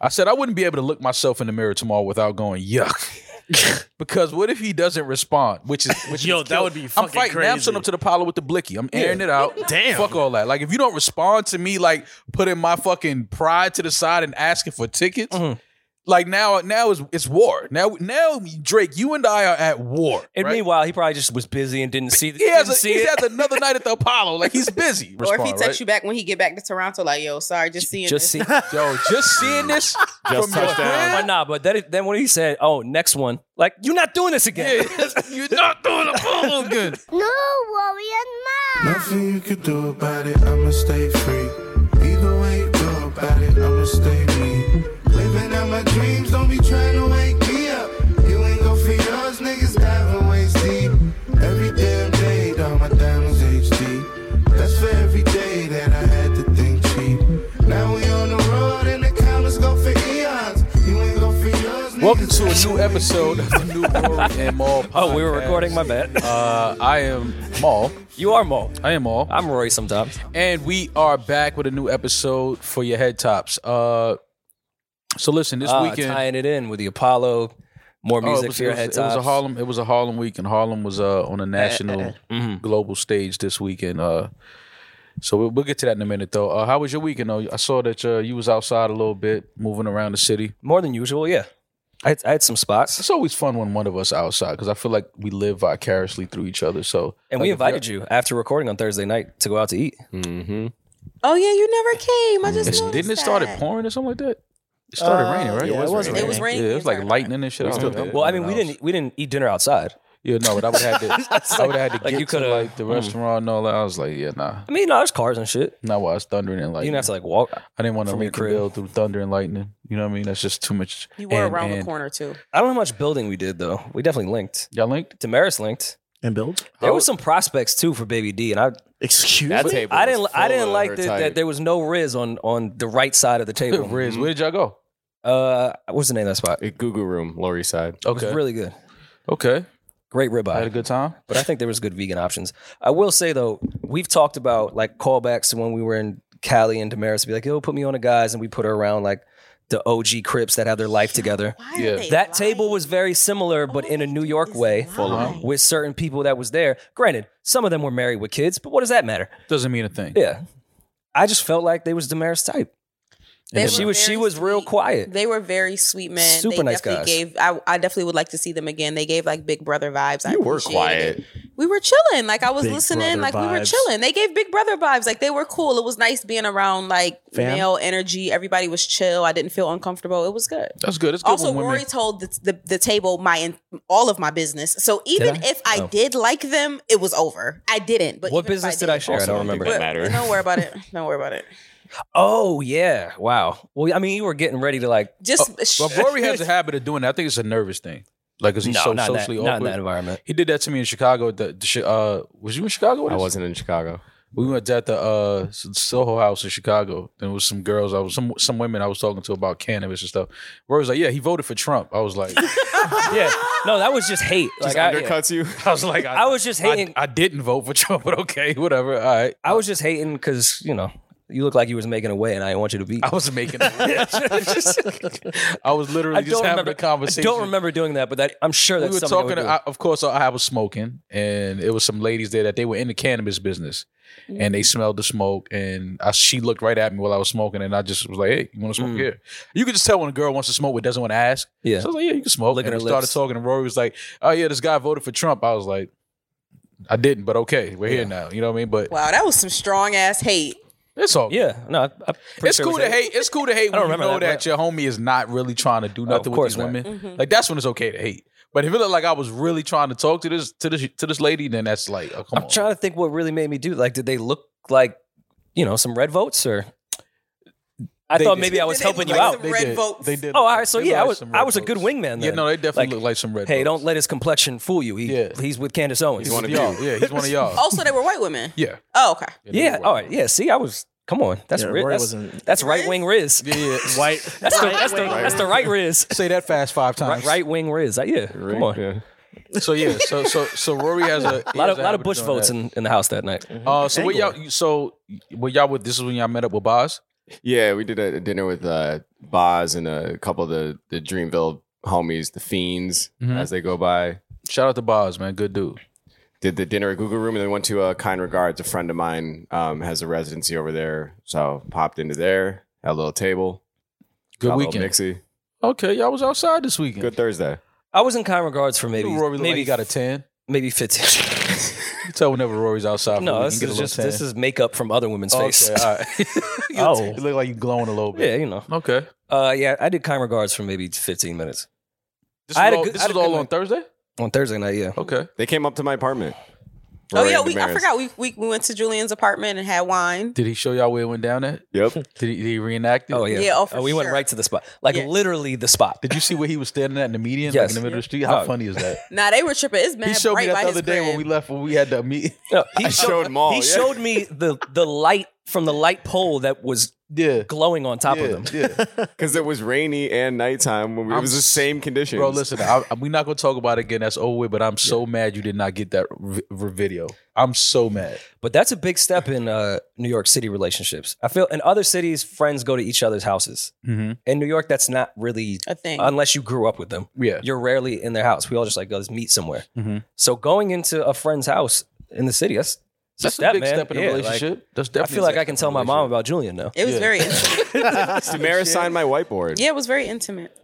I said I wouldn't be able to look myself in the mirror tomorrow without going yuck. because what if he doesn't respond? Which is which Yo, is that kill- would be I'm fucking fighting crazy. Namson up to the pile with the blicky. I'm airing it out. Damn. Fuck all that. Like if you don't respond to me, like putting my fucking pride to the side and asking for tickets. Like now, now is it's war. Now, now Drake, you and I are at war. And right? meanwhile, he probably just was busy and didn't see. he has, didn't a, see he it. has another night at the Apollo. Like he's busy. or if he Respond, texts right? you back when he get back to Toronto, like, yo, sorry, just seeing just this. see. Yo, just seeing this Just from your touchdown. friend? But nah, but that, then when he said, "Oh, next one," like you're not doing this again. Yeah, you're not doing a ball good. No worrying mind. Nothing you can do about it, I'ma stay free. Either way you go about it, I'ma stay me. Living out my dreams, don't be trying to wake me up. You ain't go for yours, niggas diving waist deep. Every damn day, all my diamonds HD. That's for every day that I had to think cheap. Now we on the road and the commas go for eons. You ain't go for yours, Welcome niggas to a new diving waist episode of the New World and Mall podcast. Oh, we were recording. My bad. Uh, I am Maul. You are Mo. I am Maul. I'm Roy. Sometimes And we are back with a new episode for your head tops. Uh, so listen, this Ah, weekend tying it in with the Apollo, more Oh, music it was, for your it was- head it was a tops. Eh, Harlem. It was a Harlem week, and Harlem was uh, on a national, Mm-hmm. global stage this weekend. Uh, so we'll, we'll get to that in a minute, though. Uh, how was your weekend? Though I saw that uh, you was outside a little bit, moving around the city. More than usual, yeah. I, I had some spots, It's always fun when one of us outside because I feel like we live vicariously through each other. So and like, we if you're- invited you after recording on Thursday night to go out to eat. Oh yeah, you never came. I just It's, noticed didn't it start that. pouring or something like that? It started raining, right? Uh, yeah, it was It was raining. Yeah, it was like lightning and shit. I was like, I'm Well, I mean, we going didn't we didn't eat dinner outside. Yeah, no, but I would have had to. I would have had to like get you hmm. to coulda- like the restaurant and all that. I was like, yeah, nah, I mean, no, there's cars and shit. not while it's thundering and You lightning. didn't have to like walk. I didn't want to from your link the crib. bill through thunder and lightning. You know what I mean? That's just too much. You were And- around the and- corner too. I don't know how much building we did though. We definitely linked. Y'all linked? Damaris linked. And build? There were some prospects too for Baby D, and I Excuse That me. table. I was didn't I full didn't of like her that, type. that there was no Riz on on the right side of the table. Riz, where did y'all go? Uh, what's the name of that spot? It A Google room, Lower East Side. was Okay, really good. okay. Great I had ribeye. a good time. but I think there was good vegan options. I will say though, we've talked about like callbacks to when we were in Cali and Damaris be like, yo, put me on a guys, and we put her around like the OG Crips that have their life together. Why Yeah. are they That table lying? was very similar, but in a New York way, Full on. with certain people that was there. Granted, some of them were married with kids, but what does that matter? Doesn't mean a thing. Yeah, I just felt like they was Damaris type. They she were was she very was real sweet. quiet. They were very sweet men. Super they nice definitely guys. Gave I, I definitely would like to see them again. They gave like Big Brother vibes. I You were appreciated quiet. it. We were chilling. Like I was Big listening. Brother Like we were vibes. chilling. They gave Big Brother vibes. Like they were cool. It was nice being around like Fam? male energy. Everybody was chill. I didn't feel uncomfortable. It was good. That's good. It's good Also, when women. Rory told the, the, the table my in, all of my business. So even I? if I Oh. did like them, it was over. I didn't. But What even if business did I share? I Also don't don't think remember. that But- matter. Don't worry about it. Don't worry about it. Oh yeah, wow. Well, I mean, you were getting ready to like Just Oh, Well, Rory has a habit of doing that. I think it's a nervous thing. Like, is he no, so not, in that, socially not in awkward? that environment. he did that to me in Chicago. At the, the Chi- uh, was you in Chicago? With I us? wasn't in Chicago. We went at the uh, S- Soho House in Chicago. There was some girls. I was some some women I was talking to about cannabis and stuff. Rory was like, "Yeah, he voted for Trump." I was like, Yeah, no, that was just hate. Like Just I, yeah. undercuts you. I was like, I was just hating. I, I didn't vote for Trump, but okay, whatever. All right. I was just hating because you know you look like you was making a way, and I didn't want you to be. I was making I was literally I just having a I conversation. don't remember doing that, but that I'm sure We that's were something talking. that we I, of course, I, I was smoking, and it was some ladies there that they were in the cannabis business, and they smelled the smoke. And I, she looked right at me while I was smoking, and I just was like, "Hey, you want to smoke here?" You could just tell when a girl wants to smoke but doesn't want to ask. do. Mm. yeah. So I was like, "Yeah, you can smoke." Licking and her we started lips. talking, and Rory was like, "Oh yeah, this guy voted for Trump." I was like, "I didn't, but okay, we're here now." You know what I mean? But wow, that was some strong ass hate. it's all yeah, no, I, I'm pretty it's sure cool we to said- hate. It's cool to hate when you remember know that, that, but- your homie is not really trying to do nothing with course these not. women. Like that's when it's okay to hate. But if it looked like I was really trying to talk to this to this to this lady, then that's like, oh, come I'm on. trying to think what really made me do. Like, did they look like you know some red votes or? I They thought did. maybe I was They helping look you like out. some- red did. votes. They did. Oh, all right. So They looked yeah, I like was some red I was a good votes. wingman. Then. Yeah, no, they definitely Like, look like some red. Hey, votes. don't let his complexion fool you. He, Yeah. he's with Candace Owens. He's one of y'all. Yeah, he's one of y'all. Also, they were white women. yeah. Oh, okay. they yeah. were. All right. Yeah. See, I was. Come on. That's Yeah, ri- Roy that's, wasn't- that's right wing Riz. Yeah, yeah. White. That's the that's the that's the right Riz. Say that fast five times. Right wing Riz. Yeah. Come on. Yeah. So yeah. So so so Rory has a A lot of, lot of Mm-hmm. Bush votes in, in the house that night. Uh, so what y'all? So what y'all with? This is when y'all met up with Boz. Yeah, we did a dinner with uh, Boz and a couple of the, the Dreamville homies, the Fiends, Mhm. as they go by. Shout out to Boz, man. Good dude. Did the dinner at Google Room and then went to uh, Kind Regards. A friend of mine um, has a residency over there. So popped into there, had a little table. Good got a little weekend. mixy. Okay, y'all was outside this weekend. Good Thursday. I was in kind regards for maybe Maybe, Rory maybe maybe got a ten. maybe 15. You tell whenever Rory's outside. no, for this is just this is makeup from other women's face. okay. All right. Oh. you look like you glowing a little yeah, bit. you know. Okay. Uh, yeah, I did kind regards for maybe 15 minutes This was I had a all, good- this I had was a good all on night. Thursday. on Thursday night. Yeah, Okay. They came up to my apartment. Oh Rory yeah, and we, I Damaris. forgot we, we we went to Julian's apartment and had wine. Did he show y'all where it went down at? Yep. Did he, did he reenact it? Oh yeah, Yeah, oh, for we went sure. right to the spot, like Yeah. literally the spot. Did you see where he was standing at in the median, like Yes. in the middle of the street? How No. funny is that? Now they were tripping. It's mad he showed me right that by the his other day when crib. we left when we had the meet. No, he I showed them all. He yeah. showed me the the light from the light pole that was Yeah. glowing on top yeah, of them. yeah. Because it was rainy and nighttime when we, it I'm was the s- same conditions. Bro, listen, I, I- we're not gonna talk about it again. That's over with. But I'm so mad you did not get that re- re- video. I'm so mad. But that's a big step in uh, New York City relationships. I feel in other cities, friends go to each other's houses. Mm-hmm. In New York, that's not really a thing. unless you grew up with them. Yeah. You're rarely in their house. We all just like go, let's meet somewhere. Mhm. So going into a friend's house in the city, that's, it's That's step, a big man. step in a Yeah, like, relationship. That's I definitely. a feel like I step can in a tell my mom relationship. about Julian now. it was yeah. very intimate. Damaris signed my whiteboard. yeah, it was very intimate.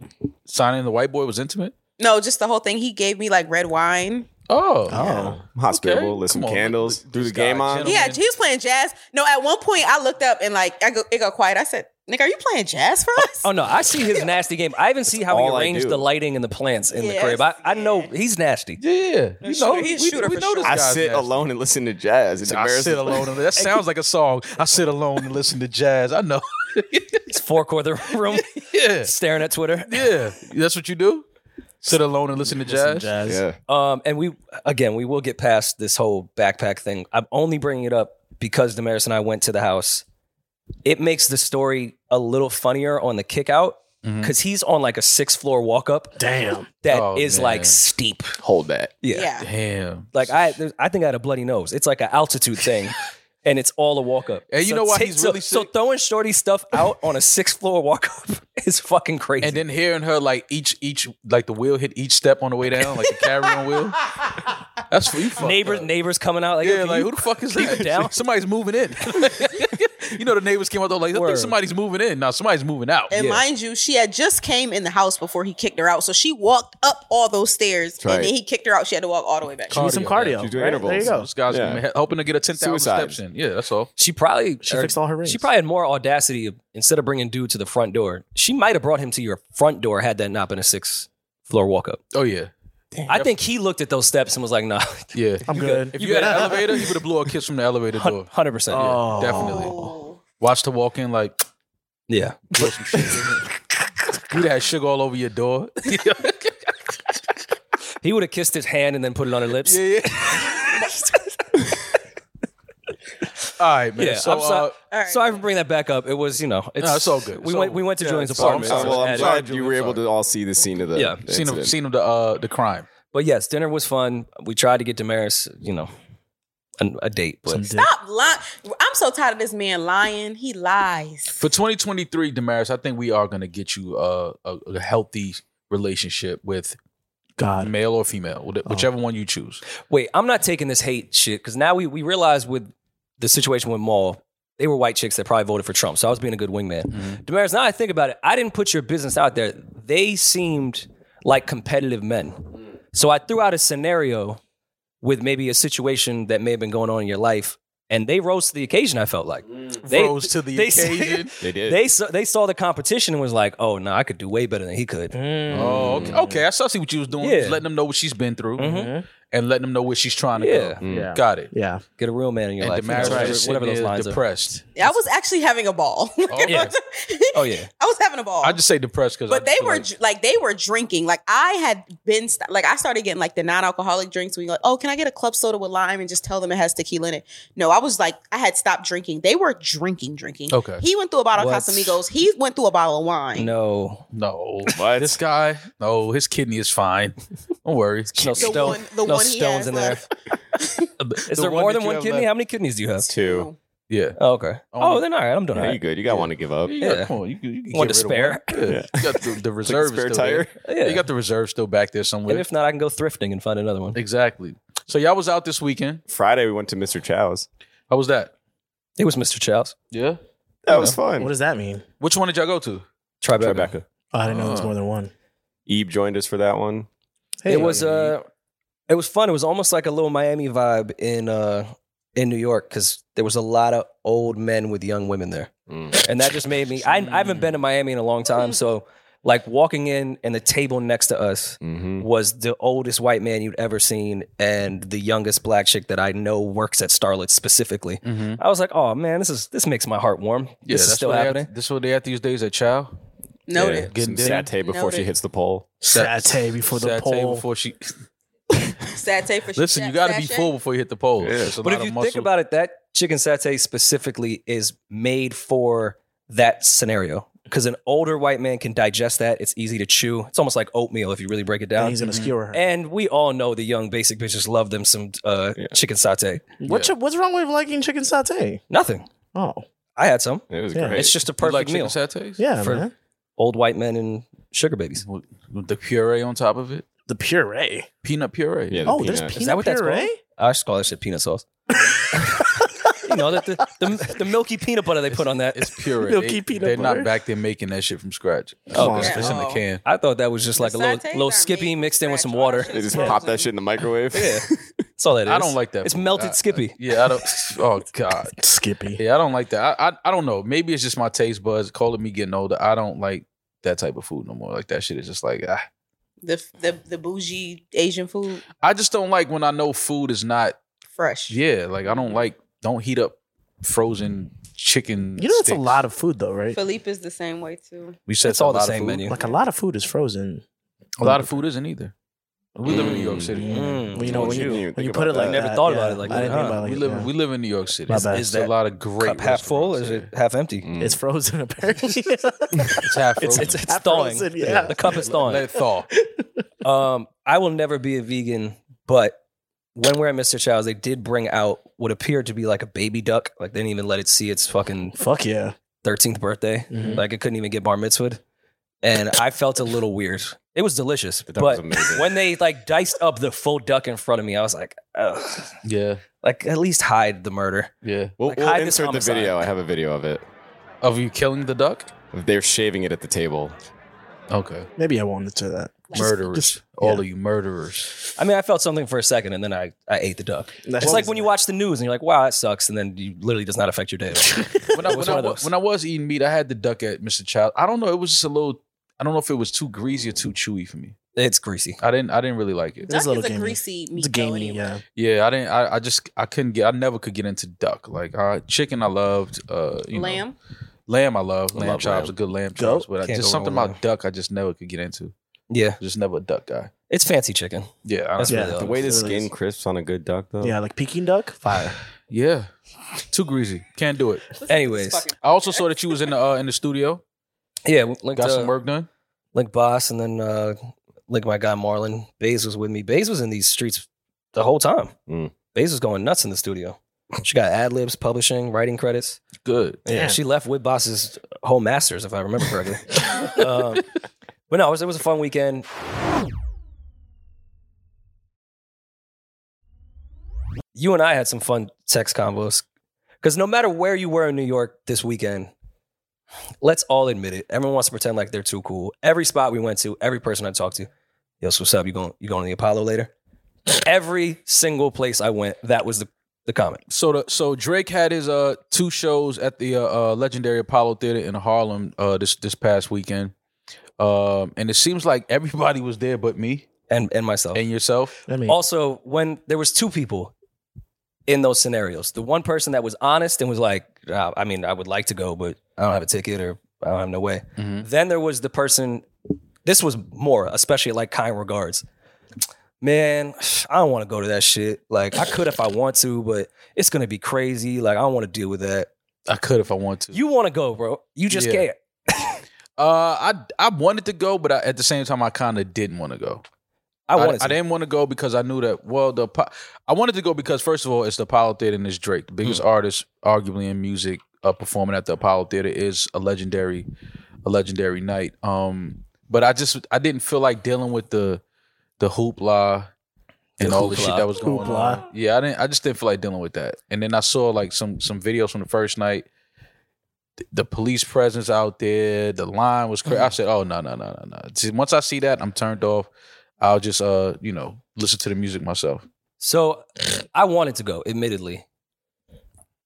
signing the white boy was intimate. No, just the whole thing. He gave me like red wine. Oh, Oh, hospitable, Okay, lit some come on. candles, threw This the game guy, on. Oh, yeah, man. he was playing jazz. No, at one point I looked up and like I go, it got quiet. I said, "Nick, are you playing jazz for us?" Oh no, I see his nasty game. I even see how he all I arranged do. the lighting and the plants in Yes, the crib. I, I know yeah. he's nasty. yeah. You shooter. know, He's a we, shooter we for know sure. this I guy's sit nasty. alone and listen to jazz. And I Damaris sit is like- alone. and- That sounds like a song. I sit alone and listen to jazz. I know. It's four quarter room yeah, staring at Twitter. yeah. That's what you do. Sit alone and listen to jazz. Jazz. Yeah. Um, and we again, we will get past this whole backpack thing. I'm only bringing it up because Damaris and I went to the house. It makes the story a little funnier on the kick out because he's on like a six floor walk up Damn. that is Mm-hmm. Oh, man. like steep. Hold that. Yeah. yeah. Damn. Like I, there's- I think I had a bloody nose. It's like an altitude thing, and it's all a walk up. And you know why he's really so, sick? throwing shorty stuff out on a six floor walk up is fucking crazy. And then hearing her like each each like the wheel hit each step on the way down like the carry on wheel. That's for you. fucked neighbors, up. neighbors coming out like, Yeah, "Yo, can like you who the fuck is keep that? it down?" Somebody's moving in. you know, the neighbors came out there like, I think Word. somebody's moving in. Now somebody's moving out. And mind you, she had just came in the house before he kicked her out. So she walked up all those stairs right. and then he kicked her out. She had to walk all the way back. She needs some cardio. She's doing right? intervals. There you go. This guy's Yeah. he- hoping to get a ten thousand Suicide. steps in. Yeah, that's all. She probably She or- fixed all her rings. She probably had more audacity of, instead of bringing dude to the front door. She might have brought him to your front door had that not been a six floor walk up. Oh yeah, I think he looked at those steps and was like, "Nah, yeah. I'm good. If you had an elevator, you would have blew a kiss from the elevator door. hundred percent." Oh. Definitely. Watch the walk in like Yeah, blow some shit. You'd have sugar all over your door. he would have kissed his hand and then put it on her lips. yeah. all right, man. Yeah, so, I'm sorry. uh, All right. Sorry for bringing that back up. It was, you know, it's, No, it's all good. We It's went, all we went to good. Julian's Yeah, so I'm apartment. sorry. so Oh, well, it I'm added- sorry. glad you were able to all see the scene of the Yeah. the seen him, incident. seen him the uh, the crime. But yes, dinner was fun. We tried to get Damaris, you know, an, a date, but Stop lying. I'm so tired of this man lying. He lies. For 2023, Damaris, I think we are going to get you uh, a, a healthy relationship with God. male or female, wh- whichever one you choose. Wait, I'm not taking this hate shit because now we we realize with the situation with Maul, they were white chicks that probably voted for Trump. So I was being a good wingman. Mm-hmm. Damaris, now I think about it, I didn't put your business out there. They seemed like competitive men. So I threw out a scenario with maybe a situation that may have been going on in your life, and they rose to the occasion. I felt like they Rose to the they- occasion. They did. They saw, they saw the competition and was like, "Oh no, I could do way better than he could." oh, okay. okay. I saw see what you was doing. Yeah. Just letting them know what she's been through Mm-hmm. Mhm. and letting them know where she's trying to Yeah. go. Yeah. Got it. Yeah. Get a real man in your And life, Damaris whatever, was just whatever those lines are. depressed. I was actually having a ball. Oh, Yeah. Oh yeah, I was having a ball. I just say depressed because. but they were dr- like they were drinking. Like I had been st- like I started getting like the non-alcoholic drinks. We like, oh, can I get a club soda with lime and just tell them it has tequila in it? No, I was like I had stopped drinking. They were drinking, drinking. Okay. He went through a bottle What? of Casamigos. He went through a bottle of wine. no, no. What? This guy, no, his kidney is fine. Don't worry. no The stone, one- the no one he stones has in there. left. Is The there one more that than you one have kidney? left. How many kidneys do you have? two. Yeah. Oh, okay. Oh, Oh, then all right. I'm doing Yeah, all you right. good. You got one to give up. Yeah, Yeah. come on. You, can- you can Want get to rid of spare? one. Yeah. You got the, the It's like a reserve spare is still there. tire. Yeah. You got the reserve still back there somewhere. and if not, I can go thrifting and find another one. exactly. So y'all was out this weekend. Friday we went to Mr. Chow's. How was that? It was Mr. Chow's. Yeah. That was What fun. does that mean? Which one did y'all go to? Tribeca. Tribeca. Oh, I didn't know it was Uh. more than one. Eve joined us for that one. Hey, it was uh, it was fun. It was almost like a little Miami vibe in uh in New York because there was a lot of old men with young women there, Mm. and that just made me. I, I haven't been to Miami in a long time, so like walking in and the table next to us hmm was the oldest white man you'd ever seen and the youngest black chick that I know works at Starlet specifically. Mm-hmm. I was like, oh man, this is this makes my heart warm. Yeah, this is that's still what they happening. At, this is what they at these days at Chow. Noted. Getting Some satay before she Noted. hits the pole. satay before the Satay poll. Before she Sad tape for listen, you got to be full before you hit the pole. Yeah. There's a But lot if you of think muscle- about it, that chicken satay specifically is made for that scenario because an older white man can digest that. It's easy to chew. It's almost like oatmeal if you really break it and down. he's gonna skewer her. And we all know the young basic bitches love them some uh, Yeah. chicken satay. what's your- what's wrong with liking chicken satay? Nothing. Oh, I had some. It was Yeah. great. It's just a You like perfect meal. chicken satays. yeah, For- man. Old white men and sugar babies. With, with the puree on top of it, The puree. peanut puree. Yeah, the Oh, there's peanut. peanut Is that what that's puree. called? I just call that shit peanut sauce. you know, the, the, the, the milky peanut butter they put on that. It's puree. Milky They- peanut They're butter. not back there making that shit from scratch. Come on, It's- it's in the man. can. I thought that was just like a little, Satays little aren't skippy made mixed in with some scratch. water. All They just shit is pop frozen. that shit in the microwave. Yeah. That's all that is. I don't like that. It's food. melted I- Skippy. Yeah, I don't. Oh God. Skippy. Yeah, I don't like that. I, I I don't know. Maybe it's just my taste buds. Calling me getting older, I don't like that type of food no more. Like that shit is just like ah. The, the the bougie Asian food, I just don't like when I know food is not. fresh. Yeah, like I don't like. Don't heat up frozen chicken. You know that's a sticks. lot of food though, right? Philippe is the same way too. We said It's all a the lot of same food. menu. Like a lot of food is frozen. A lot of food isn't either. We live in New York Mm. City. Mm. Well, you know Told when you. you, Didn't even when you think put it about like that. Never that, thought about yeah. it like I didn't that, think huh? about it we like live that. we live in New York City. My It's, bad. it's a lot of great. Cup half full? Is it restaurants half empty? Mm. It's frozen apparently. here. It's half It's, frozen. it's, it's Half thawing. frozen, yeah. The cup is Let thawing. it thaw. Um, I will never be a vegan, but when we're at Mr. Chow's, they did bring out what appeared to be like a baby duck. Like they didn't even let it see its fucking Fuck yeah. 13th birthday. Mm-hmm. Mhm. Like it couldn't even get bar mitzvahed. And I felt a little weird. It was delicious, The duck was but amazing. when they like diced up the full duck in front of me, I was like, Ugh. Yeah, like at least hide the murder. yeah. We'll, Like, we'll hide this insert the homicide. video. I have a video of it. Of you killing the duck? They're shaving it at the table. Okay. Maybe I wanted to that. Murderers. just- All yeah. of you murderers. I mean, I felt something for a second, and then I, I ate the duck. That's it's like when you watch the news and you're like, wow, that sucks, and then you literally does not affect your day. At all. When I, What's when, I, one of wa- those? when I was eating meat, I had the duck at Mr. Child. I don't know. It was just a little. I don't know if it was too greasy or too chewy for me. it's greasy. I didn't. I didn't really like it. That's Duck a little is a gamey. greasy meat. It's though, gamey, anyway. yeah. Yeah, I didn't. I, I just. I couldn't get. I never could get into duck. Like uh, chicken, I loved. Uh, you know, Lamb. lamb, I love. I Lamb love chops, lamb. a good lamb Goat. chops. But I, Can't just go something wrong with about duck, I just never could get into. Yeah, Just never a duck guy. it's fancy chicken. Yeah, I That's don't- Yeah. really The all. way the It really skin is. crisps on a good duck, though. Yeah, like Peking duck, fire. yeah. Too greasy. Can't do it. Anyways, Fucking- I also saw that you was in the uh, in the studio. yeah, we linked Got uh, some work done. linked boss, and then uh, linked my guy Marlon. Baze was with me. Baze was in these streets the whole time. Mm. Baze was going nuts in the studio. She got ad libs, publishing, writing credits. Good. Yeah, Damn. she left with Boss's whole masters, if I remember correctly. um, but no, it was, it was a fun weekend. You and I had some fun text combos because no matter where you were in New York this weekend, let's all admit it. Everyone wants to pretend like they're too cool. Every spot we went to, every person I talked to, yo, so what's up? You going you going to the Apollo later? Every single place I went, that was the the comment. So the so Drake had his uh two shows at the uh, uh legendary Apollo Theater in Harlem uh this this past weekend. Um and it seems like everybody was there but me And and myself. and yourself. I mean, Also, when there was two people in those scenarios, the one person that was honest and was like, "Ah, I mean, I would like to go, but I don't have a ticket or I don't have no way. Mm-hmm. Then there was the person. This was more, especially like kind regards. Man, I don't want to go to that shit. Like, I could if I want to, but it's gonna be crazy. Like, I don't want to deal with that. I could if I want to. You want to go, bro? You just Yeah. can't. Uh I I wanted to go, but I, at the same time I kind of didn't want to go. I wanted I to. didn't want to go because I knew that. Well, the Apo- I wanted to go because first of all, it's the Apollo Theater and it's Drake, the biggest Hmm. artist arguably in music, uh, performing at the Apollo Theater is a legendary, a legendary night. Um, but I just I didn't feel like dealing with the the hoopla and all the shit hoopla. that was going Hoopla. on. Yeah, I didn't. I just didn't feel like dealing with that. And then I saw like some some videos from the first night. Th- The police presence out there, the line was crazy. I said, "Oh no, no, no, no, no!" See, Once I see that, I'm turned off. I'll just uh, you know, listen to the music myself. So I wanted to go, admittedly.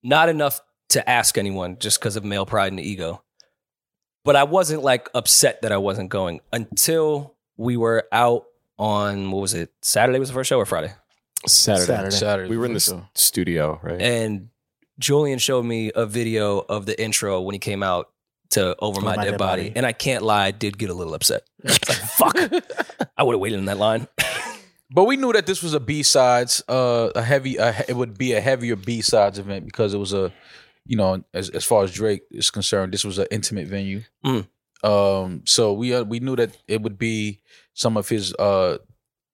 Not enough to ask anyone just because of male pride and ego. But I wasn't like upset that I wasn't going until we were out on what was it? Saturday was the first show or Friday? Saturday. Saturday. Saturday, We were in the s- studio, right? And Julian showed me a video of the intro when he came out to Over My, Dead, Body. And I can't lie, I did get a little upset. It's like, fuck. I would have waited in that line. but we knew that this was a B sides, uh, a heavy, a, he- it would be a heavier B sides event because it was a, you know, as as far as Drake is concerned, this was an intimate venue. Mm. Um, so we uh, we knew that it would be some of his, uh,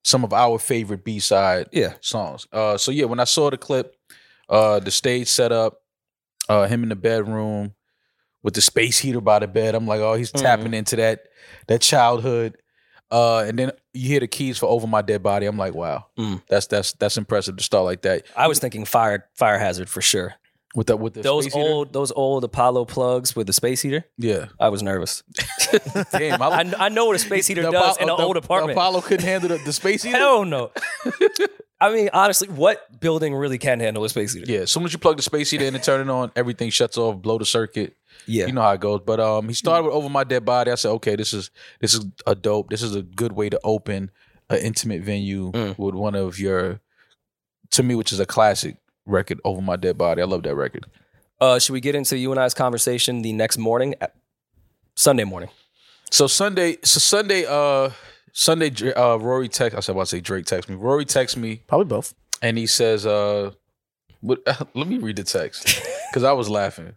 some of our favorite B side Yeah. songs. Uh, so yeah, when I saw the clip, uh, the stage setup, uh, him in the bedroom with the space heater by the bed, I'm like, oh, Mm-hmm. he's tapping into that that childhood. Uh, and then you hear the keys for "Over My Dead Body." I'm like, wow, Mm. that's that's that's impressive to start like that I was thinking fire fire hazard for sure. with that with the those space heater? old those old Apollo plugs with the space heater. Yeah, I was nervous. damn. I, kn- I know what a space heater Oh. the does Apollo- in an the- old the apartment. Apollo couldn't handle the, the space heater. Hell no. I mean, honestly, what building really can handle a space heater? Yeah, as soon as you plug the space heater in and turn it on, everything shuts off, blow the circuit. Yeah. you know how it goes. But um, he started with "Over My Dead Body." I said, "Okay, this is this is a dope. This is a good way to open an intimate venue Mm. with one of your, to me, which is a classic record, "Over My Dead Body." I love that record. Uh, should we get into you and I's conversation the next morning, Uh, Sunday morning? So Sunday, so Sunday, uh, Sunday, Dr- uh, Rory text. I said, well, I say Drake text me. Rory text me, Probably both. and he says, uh, what, let me read the text because I was laughing.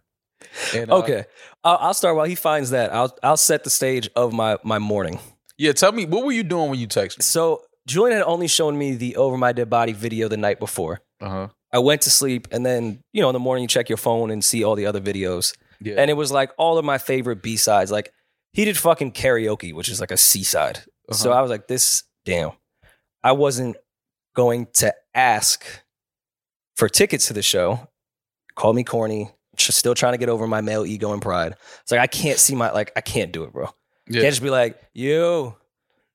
And, uh, Okay, I'll, I'll start while he finds that. I'll I'll set the stage of my my morning. yeah, tell me what were you doing when you texted? So Julian had only shown me the Over My Dead Body video the night before. Uh huh. I went to sleep, and then you know in the morning you check your phone and see all the other videos. Yeah. and it was like all of my favorite B sides. Like he did fucking karaoke, which is like a C side. uh-huh. So I was like, this damn. I wasn't going to ask for tickets to the show. Call me corny. tr- Still trying to get over my male ego and pride. It's like I can't see my like I can't do it, bro. yeah. Can't just be like, yo,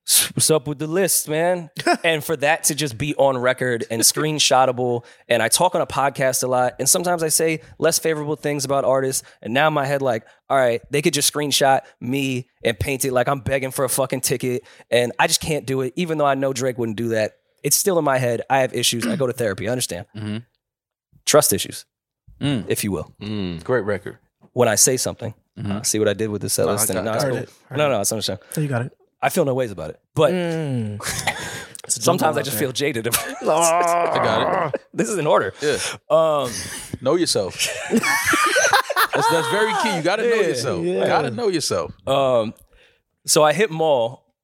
s- what's up with the list, man? and for that to just be on record and screenshotable, and I talk on a podcast a lot, and sometimes I say less favorable things about artists, and now in my head, like, all right, they could just screenshot me and paint it like I'm begging for a fucking ticket, and I just can't do it, even though I know Drake wouldn't do that. It's still in my head. I have issues. I go to therapy. I understand. Mhm. Trust issues, Mm. if you will. Mm. Great record. When I say something, Mhm. Uh, see what I did with this set No, I list. thing? got- No, I it's Uh-huh. Heard cool. it. Heard no, it. no, it's understand. Oh, you got it. I feel no ways about it. But Mm. It's a sometimes jumble I just out feel jaded. there. I got it. this is in order. Yeah. Um, Know yourself. that's, that's very key. You got to know Yeah, yourself. yeah. Got to know yourself. um, so I hit mall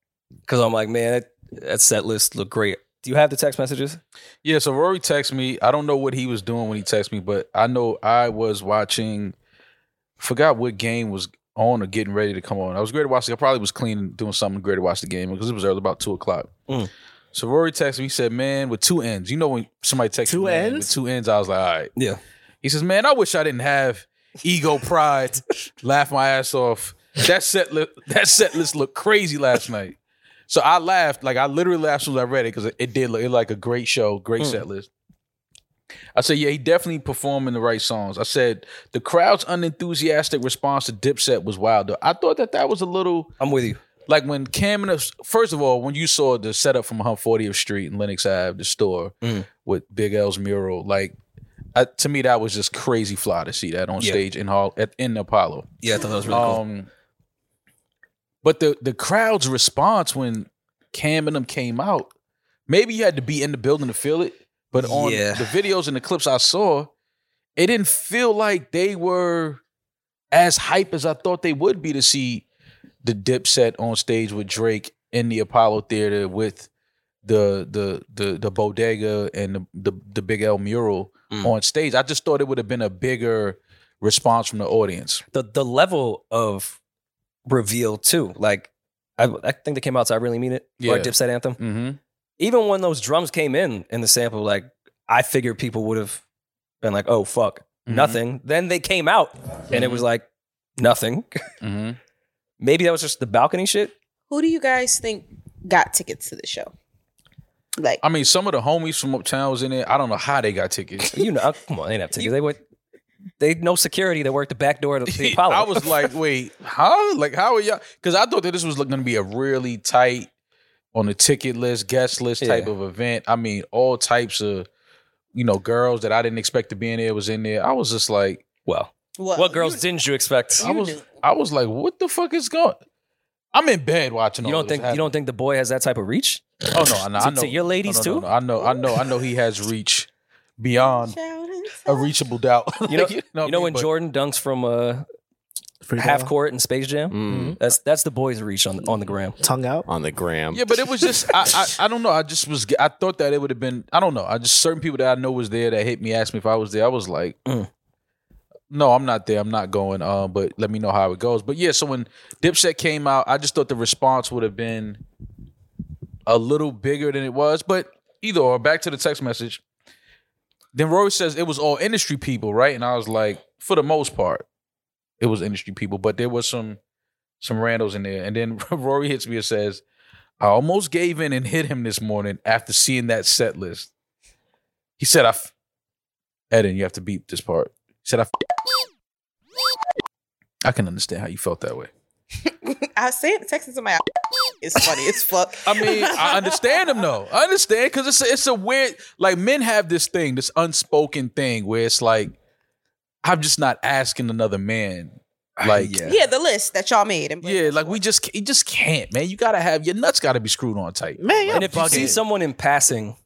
because I'm like, man, that, that set list looked great. Do you have the text messages? Yeah. So Rory texted me. I don't know what he was doing when he texted me, but I know I was watching. Forgot what game was on or getting ready to come on. I was great to watch. I probably was cleaning, doing something great to watch the game because it was early, about two o'clock. Mm. So Rory texted me. He said, "Man, with two ends. You know when somebody texts Two you, "Man," ends? with two ends. I was like, all right. Yeah. He says, "Man, I wish I didn't have ego, pride, laugh my ass off. That set li- that set list looked crazy last night." So I laughed, like I literally laughed as soon as I read it because it, it did look it like a great show, great set list. I said, "Yeah, he definitely performing the right songs." I said, "The crowd's unenthusiastic response to Dipset was wild. Though I thought that that was a little I'm with you. like when Cam and us- first of all, when you saw the setup from 140th Street and Lenox Ave, the store Mm. with Big L's mural, like I, to me that was just crazy fly to see that on Yeah. stage in hall at in Apollo. Yeah, I thought that was Um, but the the crowd's response when Cam and them came out, maybe you had to be in the building to feel it. But on Yeah. the videos and the clips I saw, it didn't feel like they were as hype as I thought they would be to see the Dipset on stage with Drake in the Apollo Theater with the the the the bodega and the the, the Big L mural Mm. on stage. I just thought it would have been a bigger response from the audience. the the level of reveal too. Like I, I think they came out to I really mean it or Yeah. Dipset anthem. Mm-hmm. Even when those drums came in in the sample, like I figured people would have been like, "Oh fuck, Mm-hmm. nothing." Then they came out and it was like nothing. Mm-hmm. Maybe that was just the balcony shit. Who do you guys think got tickets to the show? Like, I mean, some of the homies from Uptown was in it. I don't know how they got tickets. You know, come on, they didn't have tickets. They went. They no security. They worked the back door to the Apollo. I was like, wait, huh? Like, how are y'all? Because I thought that this was going to be a really tight, on the ticket list, guest list type Yeah. of event. I mean, all types of, you know, girls that I didn't expect to be in there was in there. I was just like, well, what, what girls didn't you expect? I was, I was like, what the fuck is going? I'm in bed watching. You all don't this think you don't think the boy has that type of reach? happen. Oh no, I know. I To- know. to your ladies, No, no, too? no, no. I know. I know. I know. He has reach beyond a reachable doubt. You know- what you know I mean? when But- Jordan dunks from uh, Free half ball, court in Space Jam. Mm. That's that's the boys' reach on on the gram. tongue out. On the gram. Yeah, but it was just I, I I don't know. I just was I thought that it would have been I don't know. I just certain people that I know was there that hit me asked me if I was there. I was like, Mm. no, I'm not there. I'm not going. Um, but let me know how it goes. But yeah, so when Dipset came out, I just thought the response would have been a little bigger than it was. But either or, back to the text message. Then Roy says it was all industry people, right? And I was like, for the most part, it was industry people, but there was some some randos in there. And then Rory hits me and says, I almost gave in and hit him this morning after seeing that set list. He said, I, f- Eden, you have to beep this part. He said, I, f- I can understand how you felt that way. I said texting somebody. It's funny. It's fuck. I mean, I understand him though. I understand because it's a, it's a weird like men have this thing, this unspoken thing where it's like, I'm just not asking another man. Like, yeah. Yeah, the list that y'all made. And Yeah, like we just ca- you just can't, man. You gotta have your nuts gotta be screwed on tight. Man, and if you see someone in passing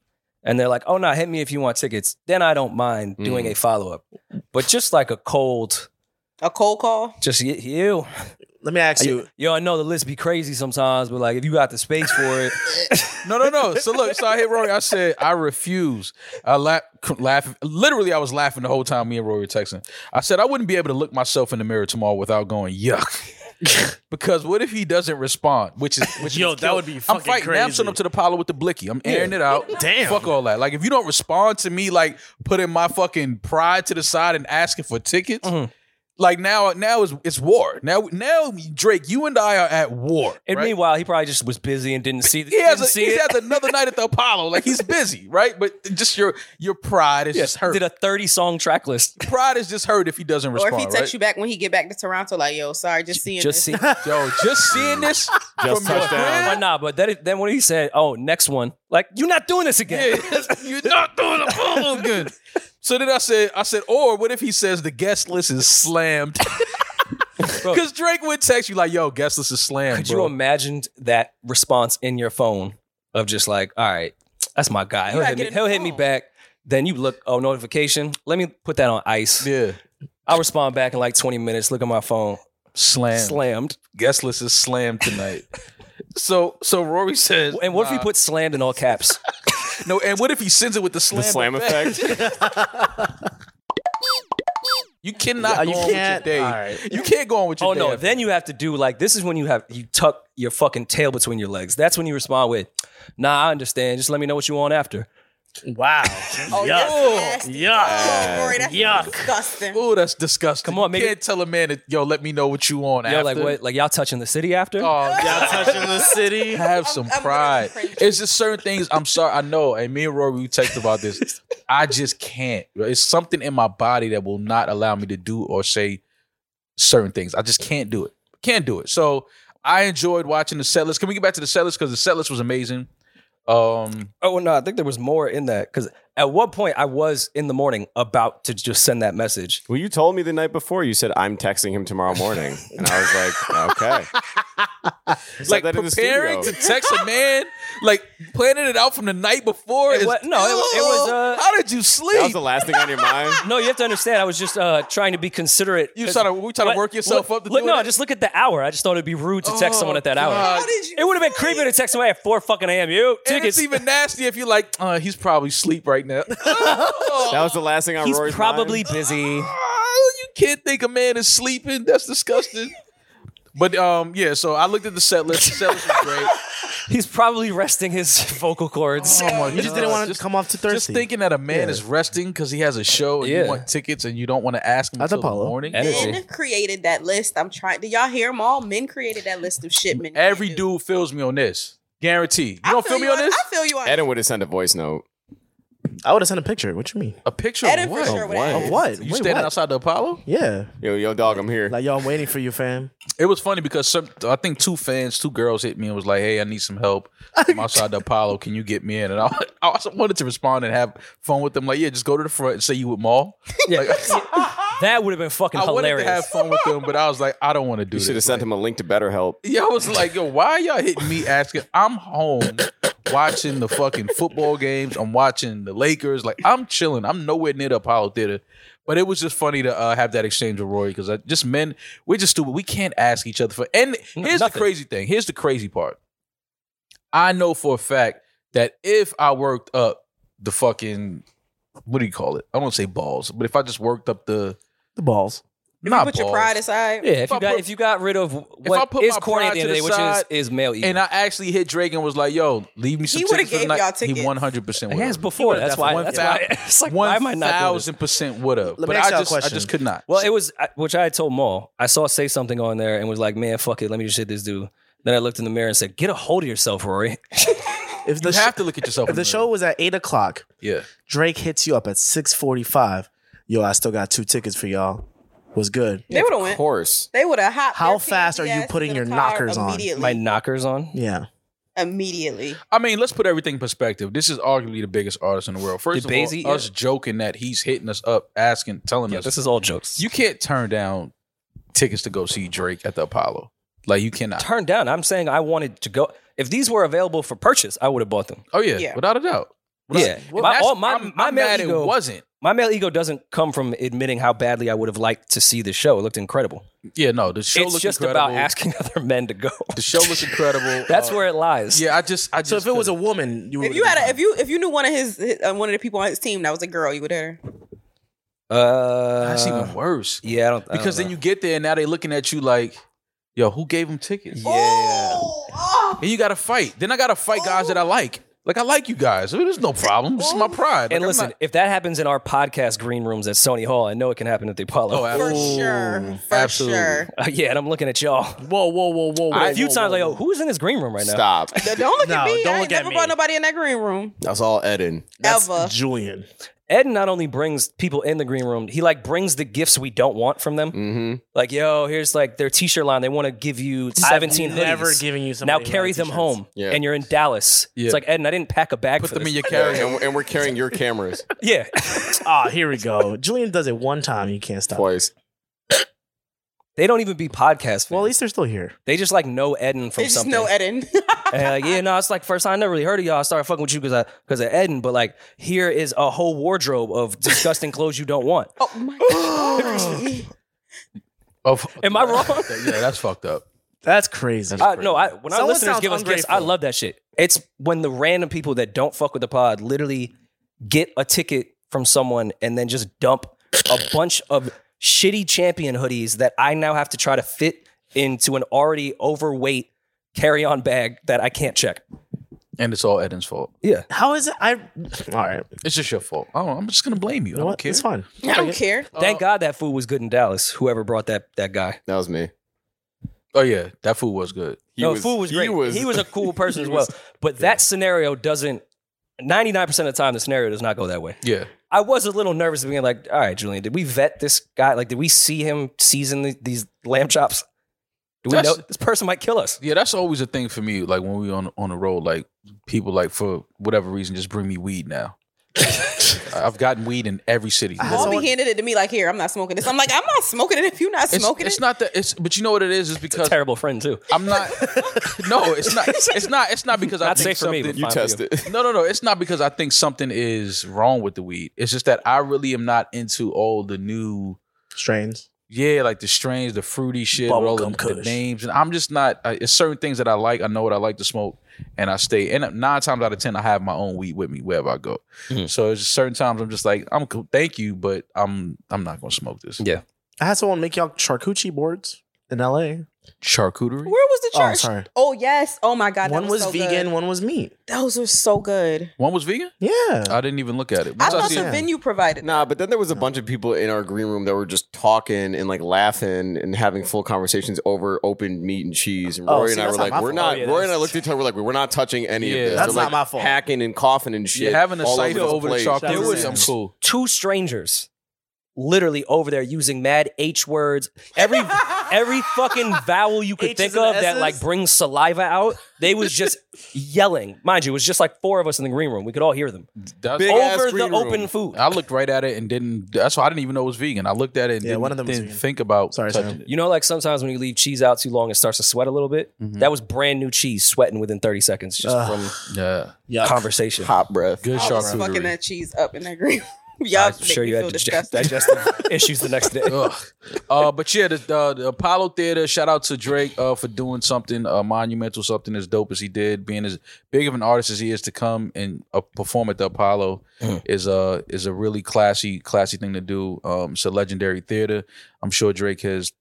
and they're like, "Oh no, hit me if you want tickets," then I don't mind Mm. doing a follow up. But just like a cold, a cold call. just y- you, let me ask you. you, yo, I know the list be crazy sometimes, but like if you got the space for it, No, no, no. So look, so I hit Rory. I said I refuse. I laugh, laugh. Literally, I was laughing the whole time. Me and Rory were texting. I said I wouldn't be able to look myself in the mirror tomorrow without going yuck. because what if he doesn't respond? Which is which Yo, is that kill- would be I'm fucking fighting crazy. Namson up to the pile with the blicky. I'm airing it out. Damn. Fuck all that. Like if you don't respond to me, like putting my fucking pride to the side and asking for tickets. Mm-hmm. Mhm. Like now, now is it's war. Now, now Drake, you and I are at war. and right? meanwhile he probably just was busy and didn't see. he has didn't a, see he it. has another night at the Apollo. Like he's busy, right? But just your your pride is just hurt. Did a thirty song track list. pride is just hurt if he doesn't Or respond. if he texts right? you back when he get back to Toronto, like, yo, sorry, just seeing Just this. see. Yo, just seeing this Just from your touchdown. Why crib, not? But that is, then when he said, "Oh, next one," like you're not doing this again. yeah, you're not doing a problem good. So then I said, I said, or what if he says the guest list is slammed? Bro. Because Drake would text you like, "Yo, guest list is slammed." Could bro. you imagine that response in your phone of just like, all right, that's my guy. He'll, gotta hit get me, in he'll the hit me phone. back. Then you look, oh, notification. Let me put that on ice. yeah, I'll respond back in like 20 minutes. Look at my phone. slammed. Slammed. Guest list is slammed tonight. so, so Rory says, And what if he put slammed in all caps? no? And what if he sends it with the slam? The slam effect. You cannot Uh, go you on can't- with your day. all right. You can't go on with your oh, day. no. Then you have to do like, this is when you have, you tuck your fucking tail between your legs. That's when you respond with, nah, I understand. Just let me know what you want after. Wow. Oh, Yuck. Oh, Nasty. Yuck. Oh, Rory, that's Yuck. disgusting. Oh, that's disgusting. Come on, you maybe- can't tell a man that yo, let me know what you want Yo, after. like, what? Like, y'all touching the city after? Oh, Y'all touching the city. have some I'm pride. literally cringing. It's just certain things. I'm sorry. I know. And me and Rory, we text about this. I just can't. It's something in my body that will not allow me to do or say certain things. I just can't do it. Can't do it. So I enjoyed watching the set list. Can we get back to the set list? Because the set list was amazing. Um, Oh well, no, I think there was more in that because at one point I was in the morning about to just send that message. Well, you told me the night before. You said I'm texting him tomorrow morning, and I was like, okay. Said like that in the preparing to studio. text a man, like planning it out from the night before. It is- wa- no, it wa- it was, uh, how did you That was sleep? the last thing on your mind. No, you have to understand. I was just uh, trying to be considerate. You trying to- we trying to work yourself look, up to look, doing no, that? just look at the hour. I just thought it'd be rude to text Oh, someone at that hour. God. How did you It would have been creepy to text somebody at four fucking a.m. You And it's tickets. even nasty if you're like, uh, he's probably asleep right now. That was the last thing on Oh. He's Rory's probably mind. busy. Oh, you can't think a man is sleeping. That's disgusting. But um, yeah, so I looked at the set list. The set list was great. He's probably resting his vocal cords. You just didn't want to come off too thirsty. Uh, Just thinking that a man is resting because he has a show and Yeah. you want tickets and you don't want to ask him That's until the Apollo. morning. And- Men Energy. created that list. I'm trying. Do y'all hear them all? Men created that list of shit. Men can't Every do. dude feels me on this. Guarantee. You I don't feel, me on this? I feel you on Eden would have sent a voice note. I would have sent a picture. What you mean? A picture Eden of for what? sure would have. Of what? You Wait, standing what? outside the Apollo? Yeah. Yo, yo, dog, I'm here. Like, yo, I'm waiting for you, fam. It was funny because some, I think two fans, two girls hit me and was like, "Hey, I need some help. I'm outside the Apollo. Can you get me in?" And I, I also wanted to respond and have fun with them. Like, yeah, just go to the front and say you with Maul. Like, That would have been fucking I wanted to hilarious. have fun with them, but I was like, I don't want to do you should have this. sent him a link to BetterHelp. Yeah, I was like, yo, why y'all hitting me asking? I'm home watching the fucking football games. I'm watching the Lakers. Like, I'm chilling. I'm nowhere near the Apollo Theater. But it was just funny to uh, have that exchange with Roy because just men, we're just stupid. We can't ask each other for. And here's the nothing. crazy thing. Here's the crazy part. I know for a fact that if I worked up the fucking, what do you call it? I don't want to say balls, but if I just worked up the. The balls. You not put your balls, pride aside. yeah, if I you got put- if you got rid of I what put is my corny pride at the end to of the day, the which side, is is male ego. And I actually hit Drake and was like, "Yo, leave me some." He would've tickets for the gave night." y'all tickets. He one hundred percent. He has before. That's why. That's why. It's like why am I not doing this? thousand percent would have. me But ask I y'all a just, I question. just could not. Well, it was I- which I had told Maul. I saw say something on there and was like, "Man, fuck it, let me just hit this dude." Then I looked in the mirror and said, "Get a hold of yourself, Rory." If the you have sh- to look at yourself. if in the show was at eight o'clock, yeah, Drake hits you up at six forty-five. Yo, I still got two tickets for y'all. Was good. They would have Of went. course. They would have hopped. How their fast are you PTSD putting in your the car knockers on? Immediately. My knockers on. Yeah. immediately. I mean, let's put everything in perspective. This is arguably the biggest artist in the world. First Did of Basie- all, us joking that he's hitting us up, asking, telling Yeah, us this is all jokes. you can't turn down tickets to go see Drake at the Apollo. Like you cannot. turned down. I'm saying I wanted to go. If these were available for purchase, I would have bought them. oh yeah, Yeah. without a doubt. Yeah. My- that's- all- my- I'm, my I'm male mad it ego- wasn't. My male ego doesn't come from admitting how badly I would have liked to see the show. It looked incredible. Yeah, no, the show it's looked just incredible. about asking other men to go. the show looks incredible. That's Uh, where it lies. Yeah, I just, I just. So if it was a couldn't. woman, you If you had, a, if you if you knew one of his his- uh, one of the people on his team that was a girl, you would have. Uh, that's even worse. Yeah, I don't I Because don't then know. you get there and now they looking at you like, yo, who gave him tickets? oh, Yeah. Oh, And you got to fight. Then I got to fight guys that I like. Like I like you guys. I mean, there's no problem. This is my pride. Like, And I'm listen, not- if that happens in our podcast green rooms at Sony Hall, I know it can happen at the Apollo. Oh, For absolutely. sure. For absolutely. sure. Uh, yeah, and I'm looking at y'all. whoa, whoa, whoa, whoa, whoa, a few times, like, oh, who's in this green room right now? Stop. Now, Don't look No, at me. don't I ain't look at never me. brought nobody in that green room. That's all Eden. ever. Julian. Ed not only brings people in the green room, he like brings the gifts we don't want from them. Mm-hmm. Like, yo, here's like their t-shirt line. They want to give you 17 I've never hoodies. giving you now somebody carry my them t-shirts. home. Yeah. And you're in Dallas. Yeah. It's like, Ed, and I didn't pack a bag put for them this. in your carrier. And, and we're carrying your cameras yeah. Ah, here we go. Julian does it one time. You can't stop. twice. they don't even be podcast fans. Well, at least they're still here. they just like know Eden from There's just something. no Eden. And, like, yeah, no, it's like first time I never really heard of y'all. I started fucking with you because I because of Eden, but like here is a whole wardrobe of disgusting clothes you don't want. oh my god. Oh, fuck. Am I wrong? yeah, that's fucked up. That's crazy. Uh, I, no, I when our Someone listeners sounds give us gifts, I ungrateful. love that shit. It's when the random people that don't fuck with the pod literally get a ticket from someone and then just dump a bunch of shitty champion hoodies that I now have to try to fit into an already overweight carry-on bag that I can't check. And it's all Eden's fault. How is it? I all right. It's just your fault. Oh, I'm just gonna blame you. You know I don't what? care. Uh, It's fine. I don't care. Oh. Thank God that food was good in Dallas. Whoever brought that that guy. That was me. Oh yeah, that food was good. He no, was- food was he great. was- he was a cool person he as well. was- But that scenario doesn't 99% of the time the scenario does not go that way. Yeah, I was a little nervous being like, all right, Julian, did we vet this guy? Like, did we see him season the, these lamb chops? Do we That's- know this person might kill us? yeah. That's always a thing for me. Like when we on on the road, like people like for whatever reason just bring me weed now. I've gotten weed in every city. I- Paul Someone- be handed it to me like, here, I'm not smoking this. I'm like, I'm not smoking it if you're not It's, smoking it's it. not that it's but you know what it is is because Terrible friend too. I'm not. no, it's not. It's not. It's not because I Not think safe for me, something. but You Fine for test you. it. no, no, no. It's not because I think something is wrong with the weed. It's just that I really am not into all the new. Strains. yeah, like the strange, the fruity shit, with all the, Bubblegum the Kush. names, and I'm just not. I, it's certain things that I like. I know what I like to smoke, and I stay. And nine times out of ten, I have my own weed with me wherever I go. Mhm. So it's just certain times I'm just like, I'm cool, thank you, but I'm I'm not gonna smoke this. Yeah. I had someone make y'all charcuterie boards in LA. Charcuterie. Where was the Oh, church? sorry. Oh, yes. Oh my God. that one was, so vegan, good. one was meat. Those were so good. One was vegan. Yeah. I didn't even look at it. I Once thought see the it- venue provided. Nah, but then there was a bunch of people in our green room that were just talking and like laughing and having full conversations over open meat and cheese. And Oh, Rory see, and I that's were not like, my we're fault. not. Oh, yeah, Rory and I that's- looked at each other. We're like, we're not touching any Yeah, of this. that's They're, not like, my fault. Hacking and coughing and shit. yeah, having a all cider this over the plate. charcuterie, There was- I'm cool. Two strangers literally over there using mad H words. Every every fucking vowel you could H's think and of that S's? like brings saliva out. They was just yelling. Mind you, it was just like four of us in the green room. We could all hear them. That's Big ass over the green room. open food. I looked right at it and didn't. That's why I didn't even know it was vegan. I looked at it and Yeah, didn't, one of them was didn't vegan. think about Sorry, touching Sam. it. You know, like sometimes when you leave cheese out too long, it starts to sweat a little bit. That was brand new cheese sweating within 30 seconds just Ugh. from Yeah, Yuck. conversation. Hot breath. good I was fucking charcuterie. that cheese up in that green. Y'all I'm make sure me you had feel dig- disgusting. digestive issues the next day. Ugh. Uh, but yeah, the, uh, the Apollo Theater. Shout out to Drake uh, for doing something uh, monumental, something as dope as he did. Being as big of an artist as he is, to come and uh, perform at the Apollo is a is a really classy, classy thing to do. Um, it's a legendary theater. I'm sure Drake has.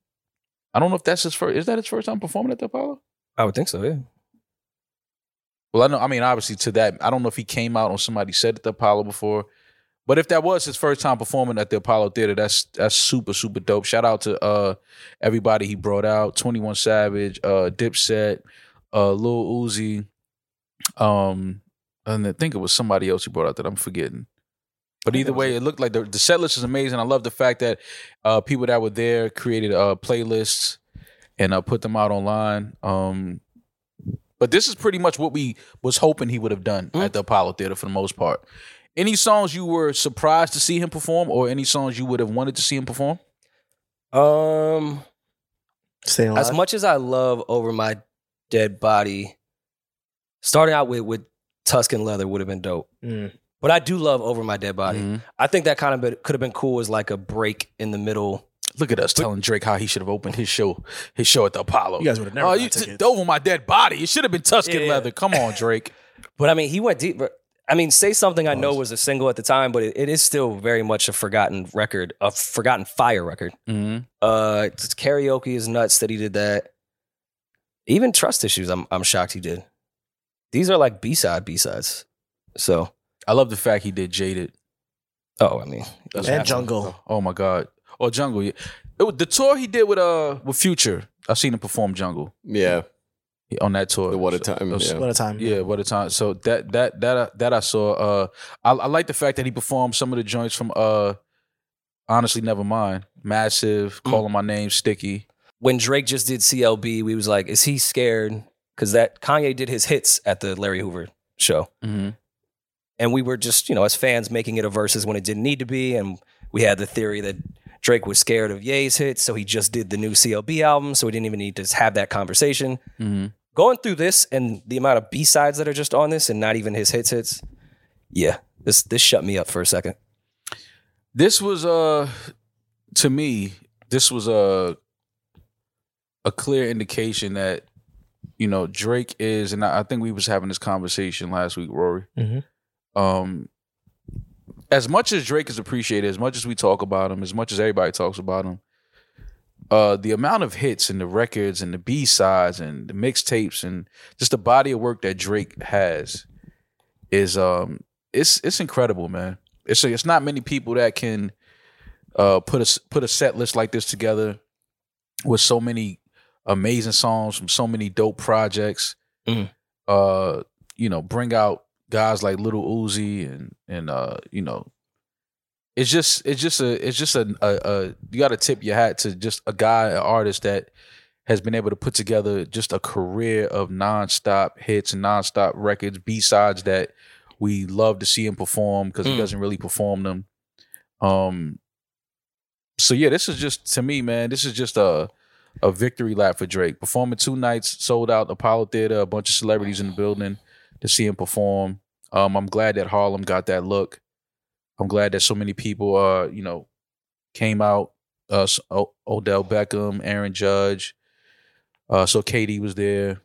I don't know if that's his first. Is that his first time performing at the Apollo? I would think so, yeah. Well, I know. I mean, obviously, to that, I don't know if he came out on somebody said at the Apollo before, but if that was his first time performing at the Apollo Theater, that's that's super super dope. Shout out to uh everybody he brought out: Twenty One Savage, uh Dipset, uh Lil Uzi, um, and I think it was somebody else he brought out that I'm forgetting. But either way, it looked like the, the set list is amazing. I love the fact that uh, people that were there created uh, playlists and uh, put them out online. Um, but this is pretty much what we was hoping he would have done Mm-hmm. at the Apollo Theater for the most part. Any songs you were surprised to see him perform, or any songs you would have wanted to see him perform? Um, Staying alive. as much as I love over my dead body, starting out with with Tuscan leather would have been dope. Mm. But I do love over my dead Mm. body. Mm-hmm. I think that kind of been, could have been cool as like a break in the middle. Look at us telling Drake how he should have opened his show, his show at the Apollo. You guys would've never Oh, got you tickets. t- over my dead body. It should have been Tuscan Yeah. leather. Come on, Drake. But I mean, he went deep. but- I mean, say something I know was a single at the time, but it, it is still very much a forgotten record, a forgotten fire record. mm-hmm. Uh, it's- karaoke is nuts that he did that. Even trust issues, I'm I'm shocked he did. These are like B side B sides. So, I love the fact he did Jaded oh, I mean, That's And what- Jungle. Oh my God. Oh Jungle. Yeah. It was, the tour he did with uh with Future. I've seen him perform Jungle Yeah, on that tour. the what a So- time. those- yeah. What a time. Yeah, what a time. So that that that I that I saw. Uh, I, I like the fact that he performed some of the joints from uh, honestly, never mind. Massive, calling my name, sticky. when Drake just did CLB, we was like, is he scared? Because that Kanye did his hits at the Larry Hoover show, Mm-hmm. and we were just you know as fans making it a versus when it didn't need to be, and we had the theory that Drake was scared of Ye's hits, so he just did the new CLB album, so we didn't even need to have that conversation. Mm-hmm. Going through this and the amount of B sides that are just on this, and not even his hits hits, yeah, this this shut me up for a second. This was uh, to me, this was a a clear indication that you know Drake is, and I, I think we was having this conversation last week, Rory. Mhm. Um, as much as Drake is appreciated, as much as we talk about him, as much as everybody talks about him, uh, the amount of hits and the records and the B sides and the mixtapes and just the body of work that Drake has is um it's it's incredible, man. It's it's not many people that can uh put a s- put a set list like this together with so many amazing songs from so many dope projects. Mhm. Uh, you know, bring out guys like Little Uzi and and uh, you know, it's just it's just a it's just a, a, a you got to tip your hat to just a guy, an artist that has been able to put together just a career of nonstop hits and nonstop records, B sides that we love to see him perform because he Mm. doesn't really perform them. Um. So yeah, this is just to me, man. This is just a a victory lap for Drake. Performing two nights, sold out Apollo Theater, a bunch of celebrities in the building to see him perform. Um, I'm glad that Harlem got that look. I'm glad that so many people, uh, you know, came out uh, s- O- Odell Beckham, Aaron Judge. Uh, so KD was there.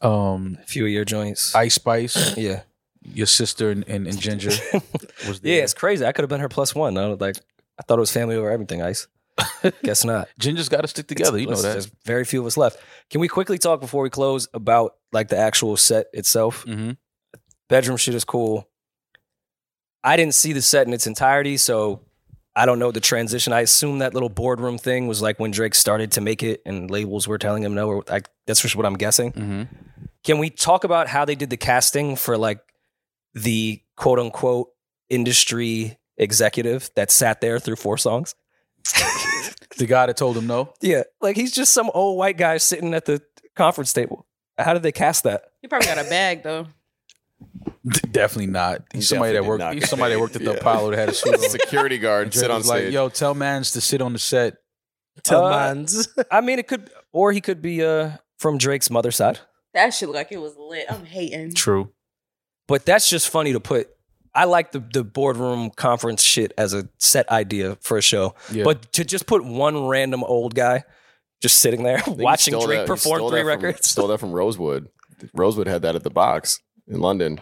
Um, A few of your joints. Ice Spice, yeah. your sister and, and, and Ginger was yeah, there. it's crazy. I could have been her plus one. I was like, I thought it was family over everything, Ice. Guess not. Ginger's got to stick together. You know Listen, that. There's very few of us left. Can we quickly talk before we close about like the actual set itself? Mm-hmm. bedroom shit is cool. I didn't see the set in its entirety, so I don't know the transition. I assume that little boardroom thing was like when Drake started to make it and labels were telling him no, or I, that's just what I'm guessing. Mm-hmm. Can we talk about how they did the casting for like the quote unquote industry executive that sat there through four songs? The guy that told him no. Yeah, like he's just some old white guy sitting at the conference table. How did they cast that? You probably got a bag though. D- definitely not. He's somebody that definitely did not worked. He's get somebody that paid. worked at the Yeah. Apollo that had a suit on. Security And guard Drake sit on was like, stage. yo, tell Mans to sit on the set. Tell Uh, mines. I mean, it could, or he could be uh, from Drake's mother's side. That shit look like it was lit. I'm hating. True. But that's just funny to put. I like the the boardroom conference shit as a set idea for a show. Yeah. But to just put one random old guy just sitting there I think he watching stole Drake that- he perform stole three that from- records. Stole that from Rosewood. Rosewood had that at the box in London.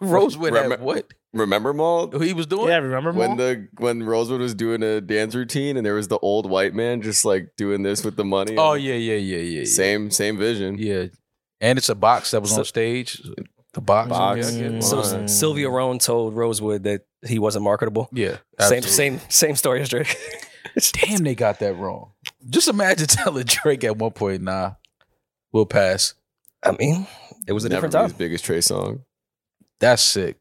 Rosewood Remem- had what? Remember, Maul? Who he was doing? Yeah, remember when Maul? the when Rosewood was doing a dance routine and there was the old white man just like doing this with the money. Oh yeah, yeah, yeah, yeah. yeah. same same vision. Yeah. And it's a box that was So- on stage. The box. Box. Yeah. I get it. So Fine. Sylvia Roan told Rosewood that he wasn't marketable. yeah. absolutely. Same same same story as Drake. Damn, they got that wrong. Just imagine telling Drake at one point, nah, we'll pass. I mean, it was a Never different be time. his biggest Trey song. That's sick.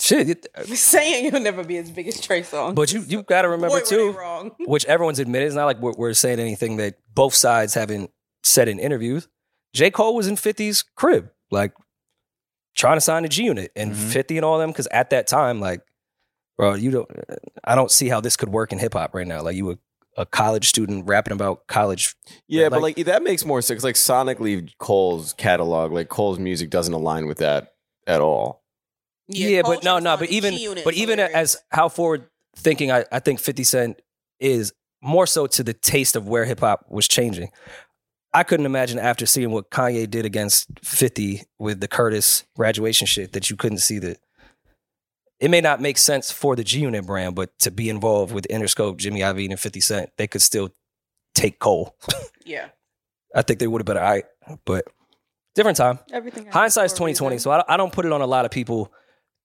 Shit, it- Saying you'll never be as big as Trey Song. but you you got to remember Boy, were they too. wrong. which everyone's admitted. It's not like we're, we're saying anything that both sides haven't said in interviews. J. Cole was in 50's crib, like trying to sign a G unit and Mhm. 50 and all them. Cause at that time, like, bro, you don't, I don't see how this could work in hip hop right now. Like, you were a college student rapping about college. Yeah, but Like- like that makes more sense. Like sonically, Cole's catalog, like Cole's music, doesn't align with that at all. Yeah, but no, no, but even, but even as how forward thinking, I, I think 50 Cent is more so to the taste of where hip hop was changing. I couldn't imagine after seeing what Kanye did against 50 with the Curtis graduation shit that you couldn't see that. It may not make sense for the G Unit brand, but to be involved with Interscope, Jimmy Iovine, and 50 Cent, they could still take Cole. yeah, I think they would have been all right, but different time. everything. happens Hindsight's for a twenty twenty, reason. so I don't, I don't put it on a lot of people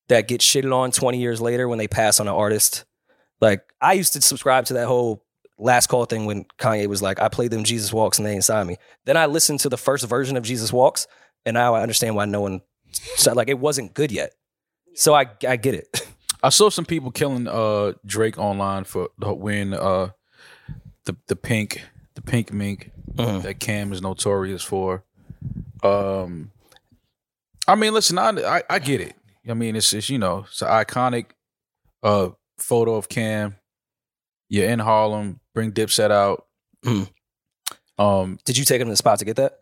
that get shitted on twenty years later when they pass on an artist. Like I used to subscribe to that whole last call thing when Kanye was like, "I played them Jesus Walks and they ain't signed me." Then I listened to the first version of Jesus Walks, and now I understand why no one said like it wasn't good yet. So I I get it. I saw some people killing uh Drake online for the when uh the the pink the pink mink Mhm. that Cam is notorious for. Um I mean listen, I I, I get it. I mean it's it's you know, it's an iconic uh photo of Cam. You're in Harlem, bring Dipset out. Mhm. Um Did you take him to the spot to get that?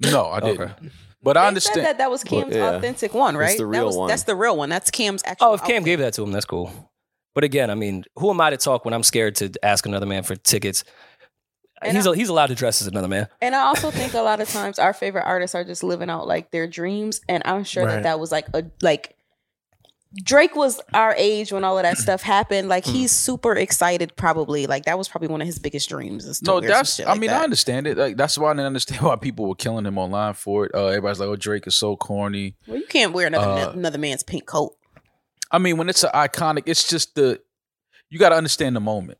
no, I didn't. Okay. But They I said understand that that was Cam's yeah. authentic one, right? the That real was- one. That's the real one. That's Cam's actual. Oh, if Cam outfit. gave that to him, that's cool. But again, I mean, who am I to talk when I'm scared to ask another man for tickets? And he's, he's allowed to dress as another man. And I also think a lot of times our favorite artists are just living out like their dreams, and I'm sure Right. that that was like a like Drake was our age when all of that stuff happened. Like he's super excited, probably. Like that was probably one of his biggest dreams. is to No, wear some that's. shit I like mean, that. I understand it. Like that's why I didn't understand why people were killing him online for it. Uh, everybody's like, "Oh, Drake is so corny." Well, you can't wear another Uh, another man's pink coat. I mean, when it's an iconic, it's just the. You got to understand the moment.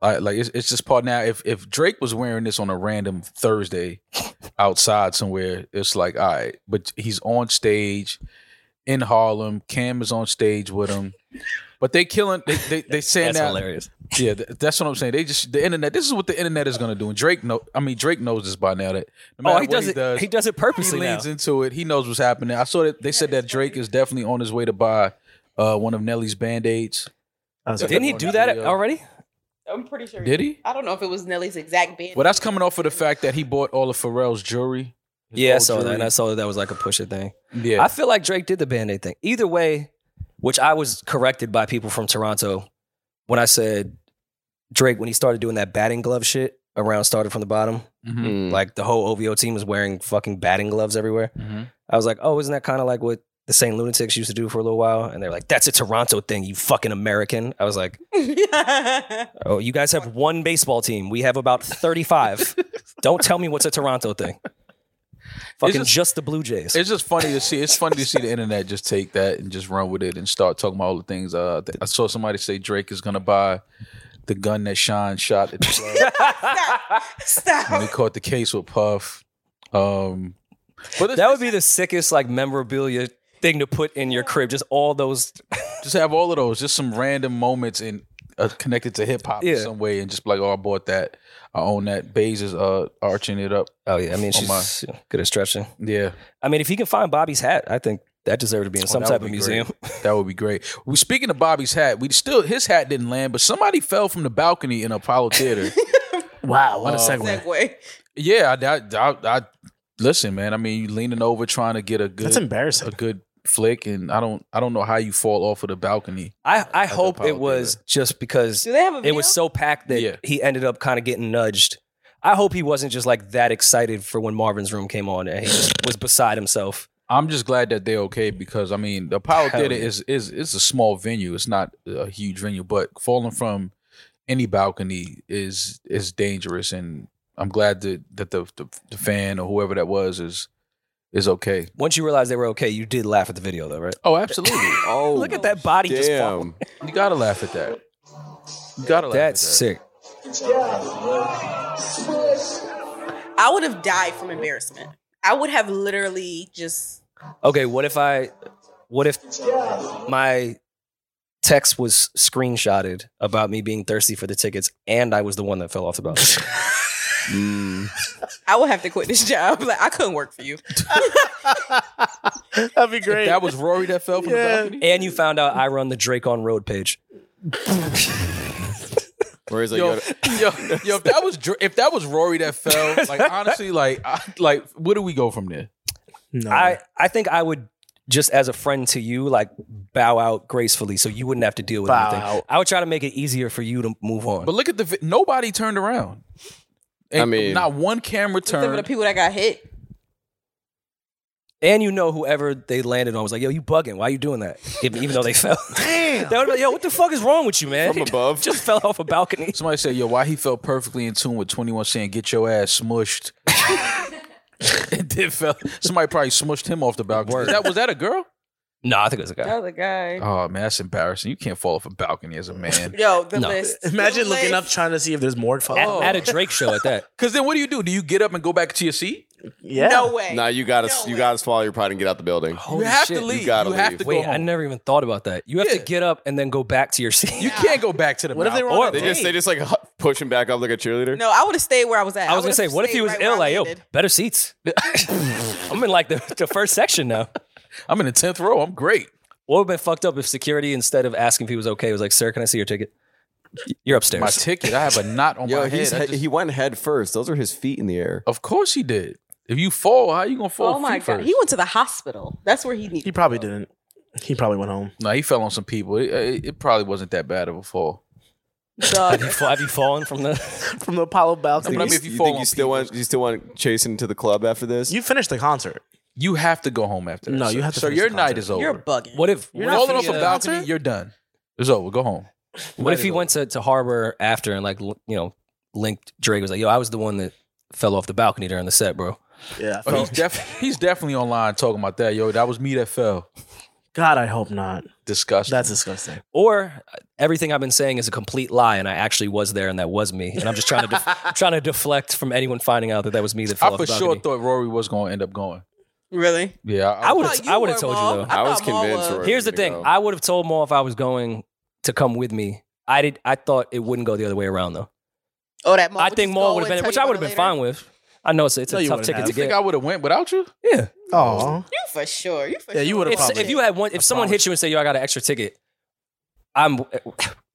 Like, like it's, it's just part now. If if Drake was wearing this on a random Thursday outside somewhere, it's like all right. But he's on stage in Harlem. Cam is on stage with him. But they killing. They they, they saying That's that. hilarious. Yeah, th- that's what I'm saying. They just the internet. This is what the internet is gonna do. And Drake know. I mean, Drake knows this by now. That no matter Oh, he what does he it. does, he does it he purposely now. leans into it. He knows what's happening. I saw that they said that Drake is definitely on his way to buy uh, one of Nelly's band aids. I was like, Didn't he do that Yeah. already? I'm pretty sure. Did he? I don't know if it was Nelly's exact band. Well, that's coming off of the fact that he bought all of Pharrell's jewelry. His Yeah, I gold saw that. jewelry. and I saw that that was like a pusher thing. yeah, I feel like Drake did the band aid thing. Either way, which I was corrected by people from Toronto when I said Drake when he started doing that batting glove shit around started from the bottom. Mhm. Mm. Like the whole OVO team was wearing fucking batting gloves everywhere. Mhm. I was like, oh, isn't that kind of like what the St. Lunatics used to do for a little while? And they're like, that's a Toronto thing, you fucking American. I was like, oh, you guys have one baseball team. We have about 35. Don't tell me what's a Toronto thing. Fucking just- just, the Blue Jays. It's just funny to see. It's funny to see the internet just take that and just run with it and start talking about all the things. Uh, th- I saw somebody say Drake is gonna buy the gun that Sean shot at the club when Stop. he caught the case with Puff. Um, but it's- That would be the sickest like memorabilia thing to put in your crib. Just all those. just have all of those, just some random moments in uh, connected to hip hop Yeah. in some way, and just be like, oh, I bought that, I own that. Baze is uh arching it up. Oh yeah, I mean Oh, she's good at stretching. Yeah, I mean, if he can find Bobby's hat, I think that deserved to be in some that type would of be museum. that would be great. We speaking of Bobby's hat, we still his hat didn't land, but somebody fell from the balcony in Apollo Theater. Wow, what a Uh, segue. Segue. Yeah, I, I, I, I listen, man. I mean, you leaning over trying to get a That's good a embarrassing. good flick, and I don't I don't know how you fall off of the balcony. I, I hope Apollo it was Theater. just because Do they have a it video? was so packed that Yeah. he ended up kind of getting nudged. I hope he wasn't just like that excited for when Marvin's room came on and he just was beside himself. I'm just glad that they're okay because I mean, the Apollo Hell Theater yeah. is is is a small venue. It's not a huge venue, but falling from any balcony is is dangerous, and I'm glad that that the the, the fan or whoever that was is is okay. Once you realized they were okay, you did laugh at the video though, right? Oh, absolutely. Oh, Look at that body just fall. damn. you gotta laugh at that. You gotta laugh That's at that. sick. I would have died from embarrassment. I would have literally just. Okay, what if I what if my text was screenshotted about me being thirsty for the tickets and I was the one that fell off the balcony? I would have to quit this job. Like I couldn't work for you. That'd be great. That was Rory that fell from the Yeah. balcony. and you found out I run the Drake on Road page. Whereas like, yo, yo, yo, yo, if that was Dr- if that was Rory that fell, like honestly, like I, like where do we go from there? no, I, I think I would just as a friend to you, like bow out gracefully so you wouldn't have to deal with Bow anything. out. I would try to make it easier for you to move on. But look at the vi- nobody turned around. I mean- not one camera Except for the turned. people that got hit. and you know whoever they landed on was like, yo, you bugging. Why you doing that? Even even though they fell. Damn. they would be like, yo, what the fuck is wrong with you, man? From above. just fell off a balcony. Somebody said, "Yo, why he felt perfectly in tune with Twenty One saying get your ass smushed." and then fell. Somebody probably smushed him off the balcony. Word. That was that a girl? No, I think it was a guy. That was a guy. Oh man, that's embarrassing. You can't fall off a balcony as a man. Yo, the No. list. Imagine The looking up list. trying to see if there's more At, photos. at a Drake show at that. Because then what do you do? Do you get up and go back to your seat? Yeah. No way. nah, you gotta No you way. gotta swallow your pride and get out the building. Holy you have shit. to leave. You, gotta have leave. to go Wait, I home. never even thought about that. You have to Yeah. get up and then go back to your seat. you can't go back to the. What if they balcony. were on a They date? just they just like hu- push him back up like a cheerleader. No, I would have stayed where I was at. I was gonna would've say, what if he stayed was right where ill? I Like, yo, landed. better seats. I'm in like the, the first section now. I'm in the tenth row. I'm great. What would have been fucked up if security, instead of asking if he was okay, was like, sir, can I see your ticket? You're upstairs. My ticket. I have a knot on my Yo, head. he's, I he- just- he went head first. Those are his feet in the air. of course he did. If you fall, how you gonna fall? Oh my feet god, first? he went to the hospital. That's where he needed. He probably didn't. He probably went home. no, he fell on some people. It, uh, it, it probably wasn't that bad of a fall. Dog. have, you, fa- have you fallen from the? From the Apollo balcony. No, but I mean, if you you fall think on you still want you still want chasing to the club after this? you finished the concert. You have to go home after that. No, sir. you have to So finish your the night concert. is over. You're bugging. What if? You're what not Falling if off he, a uh, balcony, concert? you're done. It's over. Go home. What if he went to, to Harbor after and like l- you know linked Drake was like, yo, I was the one that fell off the balcony during the set, bro. Yeah. I Oh, he's felt- def- he's definitely online talking about that. Yo, that was me that fell. God, I hope not. Disgusting. That's disgusting. Or uh, everything I've been saying is a complete lie, and I actually was there, and that was me, and I'm just trying to def- I'm trying to deflect from anyone finding out that that was me that fell I off for the sure balcony. thought Rory was going to end up going. Really? Yeah, I, I would thought have you I would have were, told Mom. you though. I was thought Maul convinced was- Rory Here's was the gonna thing. go. I would have told Maul if I was going to come with me. I did. I thought it wouldn't go the other way around though. Oh, that. I think Maul would have been, which I would have been fine with. I know it's, it's No, a you tough wouldn't ticket have. to You think get. I would have went without you? yeah. Oh, You for sure. You for Yeah, sure. you would've If, Probably. if you had one, if I someone hit promise. you and say, "Yo, I got an extra ticket," I'm, you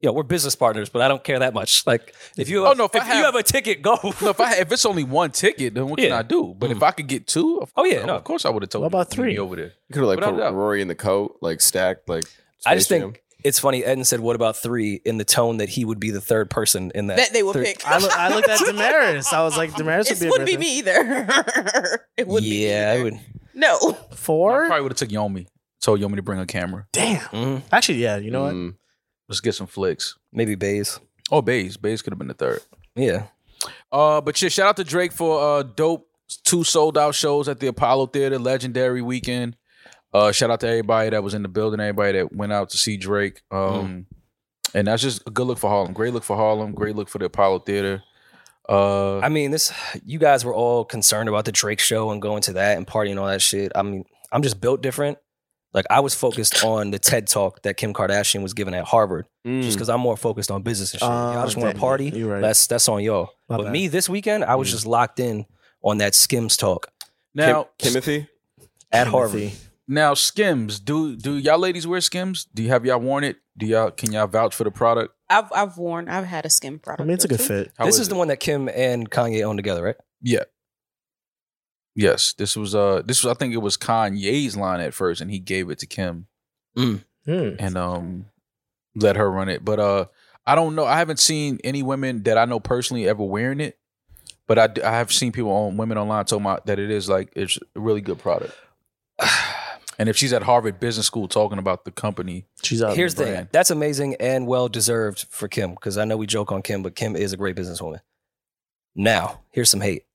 know, we're business partners, but I don't care that much. Like if you, Oh, no, if I have- you have a ticket, go. No, if I if it's only one ticket, then what can Yeah. I do? But if I could get two, of Oh, course, yeah, no. of course I would have told. What you about to meet me three? over there? You could have like Without a put doubt. Rory in the coat, like stacked, like. I just Space Jam. think it's funny. Eden said, "What about three? In the tone that he would be the third person in that. That they would third- pick. I, look, I looked at Damaris. I was like, Damaris would It be a wouldn't great be me either. it would yeah, be I me either. would. No. thing. I Four? probably would have took Yomi. Told Yomi to bring a camera. Damn. Mhm. Actually, yeah. You know what? Mm. Let's get some flicks. Maybe Bays. Oh, Baze. Baze could have been the third. Yeah, Uh, but yeah, shout out to Drake for uh dope two sold out shows at the Apollo Theater, legendary weekend. Uh, shout out to everybody that was in the building, everybody that went out to see Drake. Mm. Um, and that's just a good look for Harlem. Great look for Harlem. Great look for the Apollo Theater. Uh, I mean, this you guys were all concerned about the Drake show and going to that and partying and all that shit. I mean, I'm just built different. Like I was focused on the TED talk that Kim Kardashian was giving at Harvard, just Mm. because I'm more focused on business and shit. I Oh, just want to damn. party. You're right. That's that's on y'all. My but bad. Mm. me this weekend, I was just locked in on that Skims talk now, Kim- Timothy. at Timothy. Harvard. now Skims. Do do y'all ladies wear Skims? Do you have y'all worn it? Do y'all can y'all vouch for the product? I've I've worn. I've had a skin product. I mean, it's a or good two. fit. How this is, the it? one that Kim and Kanye own together, right? Yeah. Yes, this was uh this was I think it was Kanye's line at first, and he gave it to Kim. Hmm. and um let her run it. But uh I don't know. I haven't seen any women that I know personally ever wearing it. But I, d- I have seen people on women online talking about that it is like it's a really good product. and if she's at Harvard Business School talking about the company, She's out. Here's the thing. brand. That's amazing and well deserved for Kim because I know we joke on Kim, but Kim is a great businesswoman. Now, here's some hate.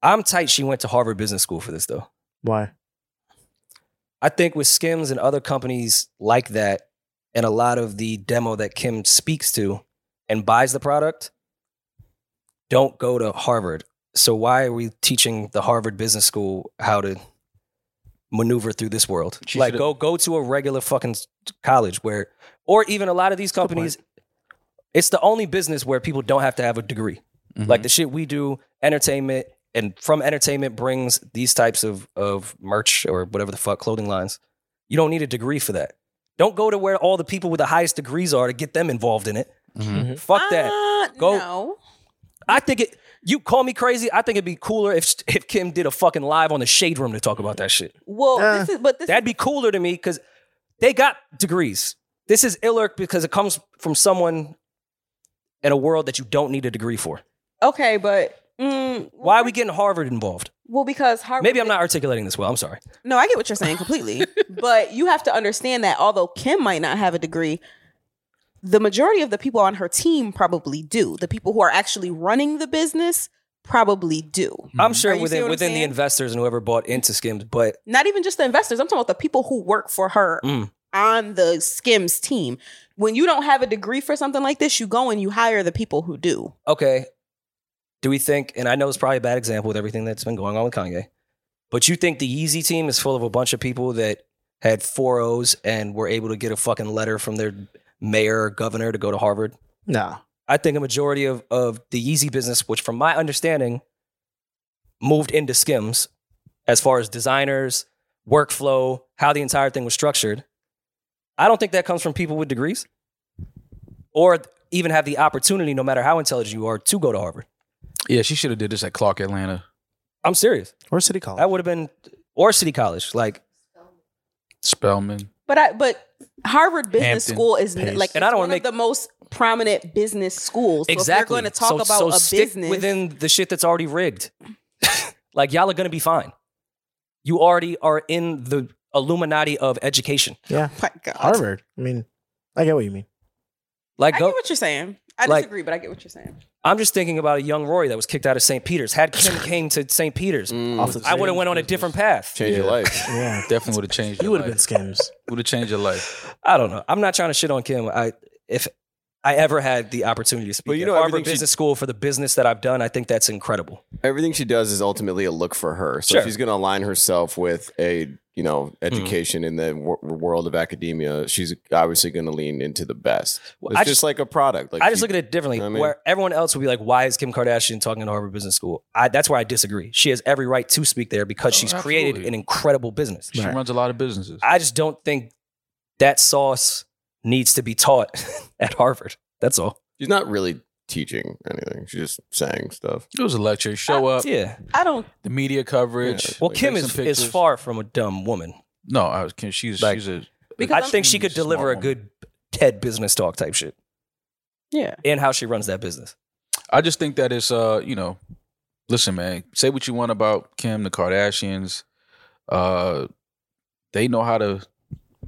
I'm tight she went to Harvard Business School for this though. Why? I think with Skims and other companies like that, and a lot of the demo that Kim speaks to and buys the product, don't go to Harvard. So why are we teaching the Harvard Business School how to maneuver through this world? She like should've- go go to a regular fucking college where, or even a lot of these companies. It's the only business where people don't have to have a degree. Mm-hmm. Like the shit we do, entertainment, and from entertainment brings these types of of merch or whatever the fuck clothing lines. You don't need a degree for that. Don't go to where all the people with the highest degrees are to get them involved in it. Fuck that. Uh, Go- No. I think it. You call me crazy. I think it'd be cooler if if Kim did a fucking live on the Shade Room to talk about that shit. Well, Yeah. this is but this That'd be cooler to me because they got degrees. This is illurk because it comes from someone in a world that you don't need a degree for. okay, but mm, Why are we getting Harvard involved? Well, because Harvard. Maybe I'm not articulating this well. I'm sorry. No, I get what you're saying completely, but you have to understand that although Kim might not have a degree, the majority of the people on her team probably do. The people who are actually running the business probably do. I'm Are sure you seeing within what I'm within the saying? investors and whoever bought into Skims, but Not even just the investors. I'm talking about the people who work for her Mm. on the Skims team. When you don't have a degree for something like this, you go and you hire the people who do. okay. Do we think? And I know it's probably a bad example with everything that's been going on with Kanye, but you think the Yeezy team is full of a bunch of people that had four O's and were able to get a fucking letter from their mayor or governor to go to Harvard? Nah. I think a majority of, of the Yeezy business, which from my understanding, moved into Skims as far as designers, workflow, how the entire thing was structured. I don't think that comes from people with degrees or even have the opportunity, no matter how intelligent you are, to go to Harvard. yeah, she should have did this at Clark Atlanta. I'm serious. Or City College. That would have been, or City College. Like, Spellman. But I but Harvard Business Hampton School is Pace. like And I don't wanna it's one make- of the most prominent business schools. So exactly. if you're going to talk So- about so a stick business within the shit that's already rigged. like, y'all are going to be fine. You already are in the Illuminati of education. yeah. my God. Harvard. I mean, I get what you mean. Like, I go, get what you're saying. I Like- disagree, but I get what you're saying. I'm just thinking about a young Rory that was kicked out of St. Peter's. Had Kim came to St. Peter's, Mm. Off the I would have went on a business. different path. Change your Yeah. life. Yeah. Definitely would have changed. You would have been skims. Would have changed your life. I don't know. I'm not trying to shit on Kim. I if I ever had the opportunity to speak But you at know, Harvard everything she- Business School for the business that I've done, I think that's incredible. Everything she does is ultimately a look for her. So Sure. if she's going to align herself with a you know education in the wor- world of academia, she's obviously going to lean into the best. Well, it's I just, just- like a product. Like I just she- look at it differently. I mean- where everyone else would be like, "Why is Kim Kardashian talking to Harvard Business School?" I, that's where I disagree. She has every right to speak there because Oh, she's created absolutely. an incredible business. She Right. runs a lot of businesses. I just don't think that sauce needs to be taught at Harvard. That's all. she's not really teaching anything. She's just saying stuff. it was a lecture. Show Uh, up. Yeah. I don't. The media coverage. Yeah. Well, like, Kim take some is is pictures. far from a dumb woman. No, I was, Kim, she's Like- she's a Because I I'm- think she could Smart deliver a woman. good TED business talk type shit Yeah. and how she runs that business. I just think that it's uh, you know, listen, man, say what you want about Kim, the Kardashians. Uh they know how to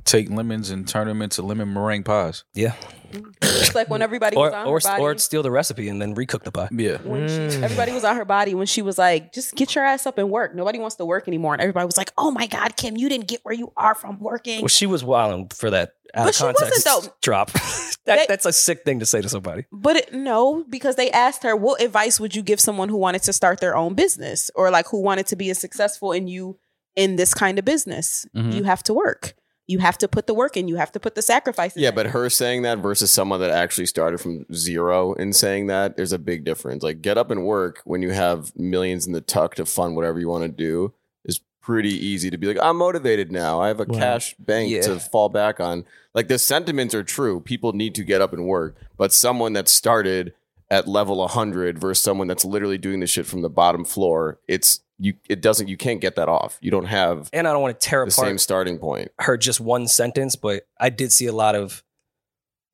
take lemons and turn them into lemon meringue pies. Yeah. It's like when everybody was Or, on or, Mm. her body. or steal the recipe and then recook the pie. Yeah. when she, everybody was on her body when she was like, just get your ass up and work. Nobody wants to work anymore. And everybody was like, oh my God, Kim, you didn't get where you are from working. Well, she was wilding for that out But of she wasn't, context though. drop. that, They- that's a sick thing to say to somebody. But it, no, because they asked her, what advice would you give someone who wanted to start their own business or like who wanted to be as successful in you in this kind of business? Mhm. You have to work. You have to put the work in. You have to put the sacrifices. Yeah, in. but her saying that versus someone that actually started from zero and saying that, there's a big difference. Like, get up and work when you have millions in the tuck to fund whatever you want to do is pretty easy to be like, I'm motivated now. I have a Right. cash bank Yeah. to fall back on. Like, the sentiments are true. People need to get up and work. But someone that started at level 100 versus someone that's literally doing this shit from the bottom floor, it's you, it doesn't, you can't get that off. You don't have And I don't want to tear the same apart starting point. her just one sentence, but I did see a lot of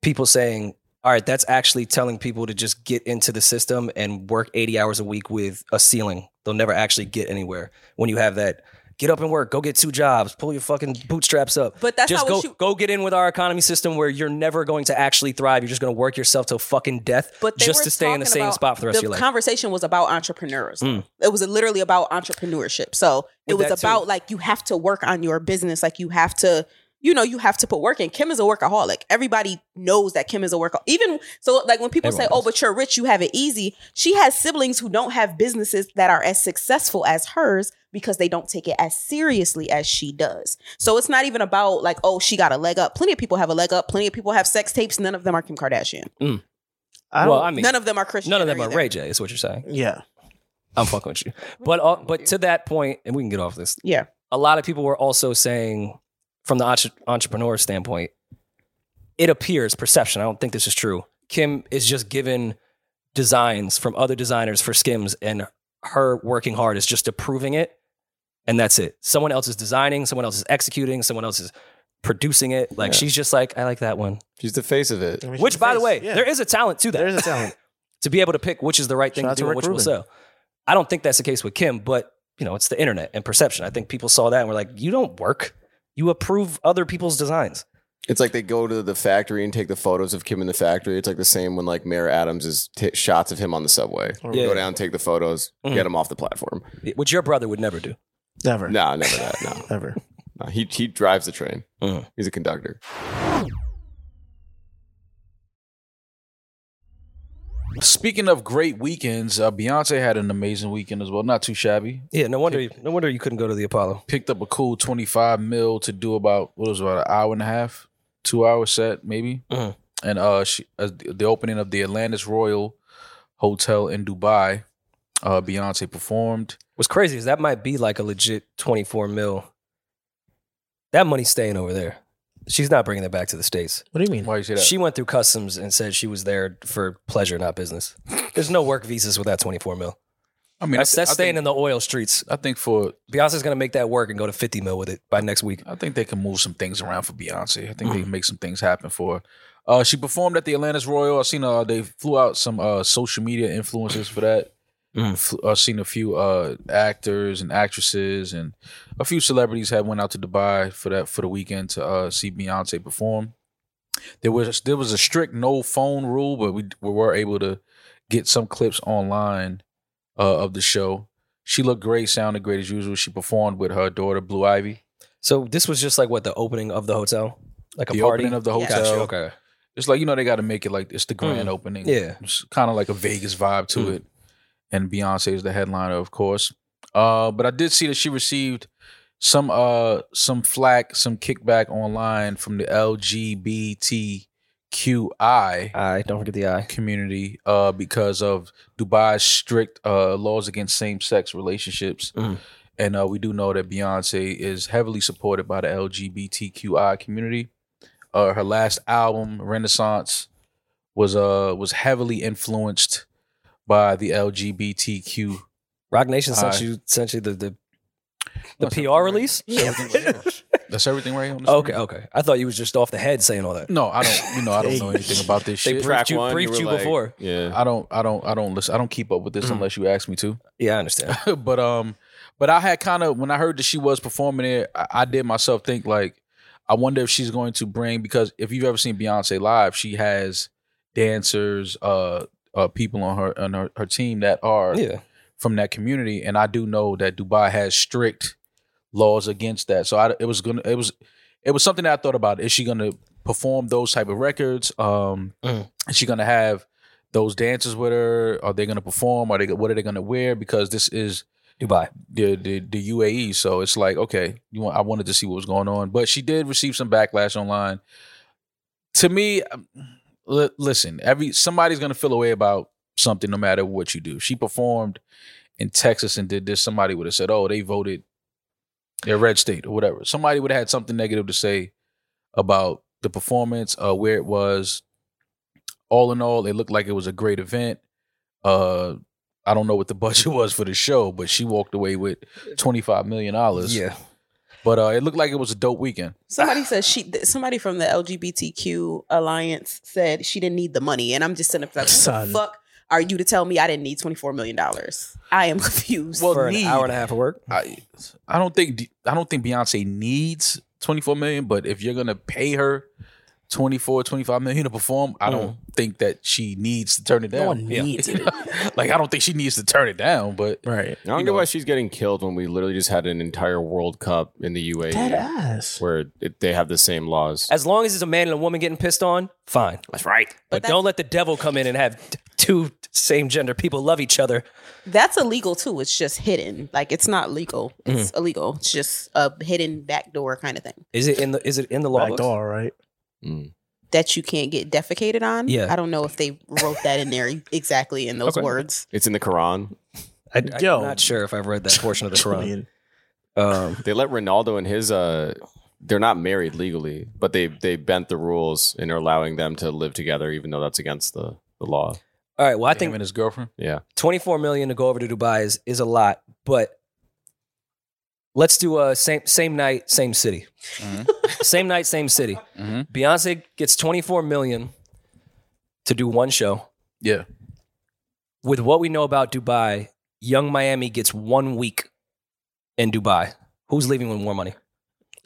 people saying, all right, that's actually telling people to just get into the system and work 80 hours a week with a ceiling. They'll never actually get anywhere when you have that. Get up and work. Go get two jobs. Pull your fucking bootstraps up. But that's just not go what she. go get in with our economy system where you're never going to actually thrive. You're just going to work yourself till fucking death, But they just were to stay in the talking same about spot for the rest of the your life. conversation was about entrepreneurs. Mm. It was literally about entrepreneurship. So it With was that too. about like you have to work on your business. Like you have to, you know, you have to put work in. Kim is a workaholic. Everybody knows that Kim is a workaholic. Even so, like when people say, Everyone "Oh, but you're rich, you have it easy," she has siblings who don't have businesses that are as successful as hers because they don't take it as seriously as she does. So it's not even about like, "Oh, she got a leg up." Plenty of people have a leg up. Plenty of people have sex tapes. None of them are Kim Kardashian. I well, don't- I mean, None of them are Christian. none of them are Ray J. Is what you're saying. yeah. I'm fucking with you. But uh, but to that point, and we can get off this. Yeah. a lot of people were also saying, from the entre- entrepreneur standpoint, it appears perception. I don't think this is true. Kim is just given designs from other designers for Skims, and her working hard is just approving it, and that's it. Someone else is designing, someone else is executing, someone else is producing it. Like Yeah. she's just like, I like that one. She's the face of it. I mean, Which, she's by the face. way, Yeah. there is a talent to that There's a talent. to be able to pick which is the right thing Shout to out to do and Rick which will Rubin. sell. I don't think that's the case with Kim, but you know, it's the internet and perception. I think people saw that and were like, "You don't work. You approve other people's designs." It's like they go to the factory and take the photos of Kim in the factory. It's like the same when like Mayor Adams is t- shots of him on the subway. Yeah. Go down, take the photos, Mhm. get him off the platform. Which your brother would never do. Never. No, never that. No, Never. no. he he drives the train. Mhm. He's a conductor. Speaking of great weekends, uh, Beyonce had an amazing weekend as well. Not too shabby. Yeah, no wonder. No wonder you couldn't go to the Apollo. Picked up a cool twenty five mil to do about what was it, about an hour and a half, two hour set maybe. Mhm. And uh, she, uh, the opening of the Atlantis Royal Hotel in Dubai, uh, Beyonce performed. What's crazy is that might be like a legit twenty-four mil. That money's staying over there. She's not bringing that back to the states. What do you mean? Why you say that? She went through customs and said she was there for pleasure, not business. There's no work visas with that twenty-four mil. I mean, That's, I, th- that's I staying think, in the oil streets. I think for Beyonce's gonna make that work and go to 50 mil with it by next week. I think they can move some things around for Beyonce. I think they can make some things happen for her. Uh, she performed at the Atlantis Royal. I seen uh, they flew out some uh, social media influencers for that. Mm. Fl- I've seen a few uh, actors and actresses and a few celebrities had went out to Dubai for that for the weekend to uh, see Beyonce perform. There was there was a strict no phone rule, but we, we were able to get some clips online uh, of the show. She looked great, sounded great as usual. She performed with her daughter Blue Ivy. So this was just like what the opening of the hotel, like a the party opening of the Yeah. hotel. Mm. Gotcha, okay, It's like you know they got to make it like it's the grand opening. yeah. it's kind of like a Vegas vibe to Mm. it, and Beyonce is the headliner, of course. Uh, but I did see that she received some uh some flack, some kickback online from the LGBTQI I don't forget the eye. community uh because of Dubai's strict uh laws against same-sex relationships. Mm. And uh, we do know that Beyonce is heavily supported by the LGBTQI community. Uh, her last album, Renaissance, was uh was heavily influenced by the LGBTQ. Rock Nation sent Aye. you sent you the the, No, the something PR like- release. something like- That's everything right here on the Okay, okay. I thought you was just off the head saying all that. No, I don't. You know, I don't know anything about this They shit. briefed Track you, one, briefed were you like- before. Yeah. I don't. I don't. I don't listen. I don't keep up with Mm. this unless you ask me to. Yeah, I understand. but um, but I had kind of when I heard that she was performing it, I, I did myself think like, I wonder if she's going to bring because if you've ever seen Beyonce live, she has dancers, uh, uh people on her on her, her team that are yeah. from that community, and I do know that Dubai has strict laws against that. So I, it was gonna, it was, it was something that I thought about. Is she gonna perform those type of records? Um, Mhm. Is she gonna have those dancers with her? Are they gonna perform? Are they? What are they gonna wear? Because this is Dubai. the the, the UAE, so it's like okay, you want. I wanted to see what was going on, but she did receive some backlash online. To me, um, li- listen, every somebody's gonna feel a way about something, no matter what you do. She performed in Texas and did this. Somebody would have said, "Oh, they voted their red state or whatever." Somebody would have had something negative to say about the performance, uh, where it was. All in all, it looked like it was a great event. Uh, I don't know what the budget was for the show, but she walked away with twenty five million dollars. Yeah. but uh, it looked like it was a dope weekend. Somebody says she. th- Somebody from the LGBTQ alliance said she didn't need the money, and I'm just sitting up like, what Son. the fuck are you to tell me I didn't need 24 million dollars? I am confused. Well, for need- an hour and a half of work. I I don't think I don't think Beyonce needs 24 million, but if you're gonna pay her 24, 25 million to perform, I don't Mm. think that she needs to turn it down. No one needs it. like I don't think she needs to turn it down, but Right. I don't know why she's getting killed when we literally just had an entire World Cup in the UAE Dead ass. where it, they have the same laws. As long as it's a man and a woman getting pissed on, fine. That's right. But, that's- don't let the devil come in and have t- two same gender people love each other. That's illegal too. It's just hidden. Like it's not legal. It's illegal. It's just a hidden backdoor kind of thing Is it in the is it in the law? Back books? door, right? Mm. that you can't get defecated on. Yeah. I don't know if they wrote that in there exactly in those Okay. words. It's in the Quran. I, am Yo. not sure if I've read that portion of the Quran. Julian. Um, They let Ronaldo and his uh they're not married legally, but they they bent the rules and are allowing them to live together even though that's against the, the law. all right. Well, I I think him think and his girlfriend. Yeah. 24 million to go over to Dubai is is a lot, but let's do a same same night, same city. Mhm. same night, same city. Mhm. Beyonce gets 24 million to do one show. Yeah, with what we know about Dubai, Young Miami gets one week in Dubai. Who's leaving with more money?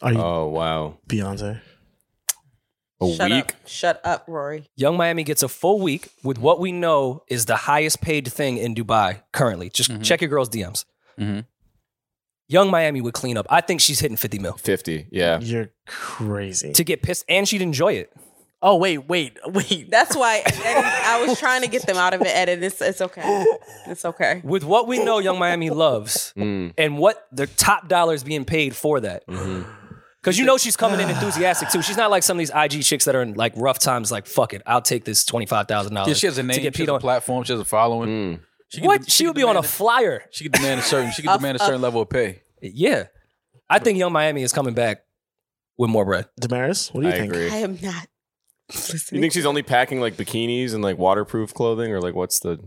Are you Oh wow. Beyonce? A Shut week? up. Shut up, Rory. Young Miami gets a full week with what we know is the highest paid thing in Dubai currently. Just Mhm. check your girl's DMs. Mhm. Young Miami would clean up. I think she's hitting 50 mil 50. Yeah. You're crazy. to get pissed, and she'd enjoy it. Oh wait, wait, wait. That's why I I was trying to get them out of it, Ed, and it's, it's okay. It's okay. With what we know, Young Miami loves Mm. and what the top dollars being paid for that. Mm-hmm. Because you know she's coming in enthusiastic too. She's not like some of these IG chicks that are in like rough times. Like fuck it, I'll take this twenty five thousand yeah. dollars She has a name. Uh, to get She has peed a on. platform. She has a following. Mm. She could- What? She could would be on a uh, demand flyer. She could demand a certain. She could demand a certain level of pay. Yeah, I think Young Miami is coming back with more bread. Damaris, what do I you think? agree. I am not You listening. think she's only packing like bikinis and like waterproof clothing or like what's the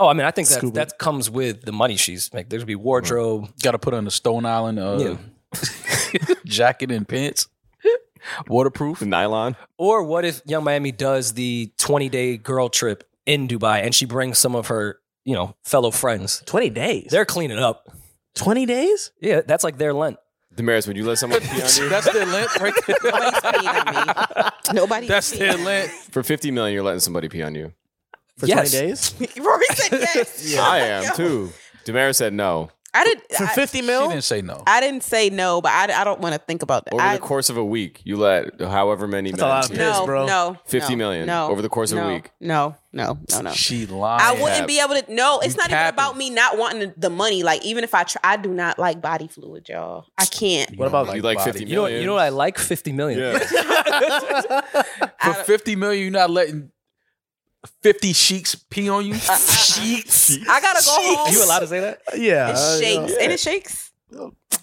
Oh, I mean, I think that Scuba. that comes with the money she's like. There's gonna be wardrobe. Got to put on a Stone Island uh, jacket and pants, waterproof. the nylon? Or what if Young Miami does the twenty day girl trip in Dubai and she brings some of her you know fellow friends? Twenty days. They're cleaning up. Twenty days? Yeah, that's like their Lent. Damaris, would you let someone pee on you? That's their limp right there. Nobody's peeing on me. Nobody. That's peeing. their limp. For 50 million, you're letting somebody pee on you. For Yes. twenty days? Rory said yes. I am too. Damaris said no. I did. For I, fifty She mil? didn't say no. I didn't say no, but I, I don't want to think about that. Over I, the course of a week, you let however many That's men a lot of pee. piss, no, bro. no, Fifty no, million no, over the course of a no, week. No, no, no, no. She lied. I wouldn't be able to. No, it's You not even capping. about me not wanting the money. Like even if I try, I do not like body fluid, y'all. I can't. What about You like 50 You know, you know what I like? Fifty million. Yeah. For fifty million, you're not letting fifty sheiks pee on you. Sheets. I gotta go home. You allowed to say that? Yeah. It uh, shakes. yeah. And it shakes.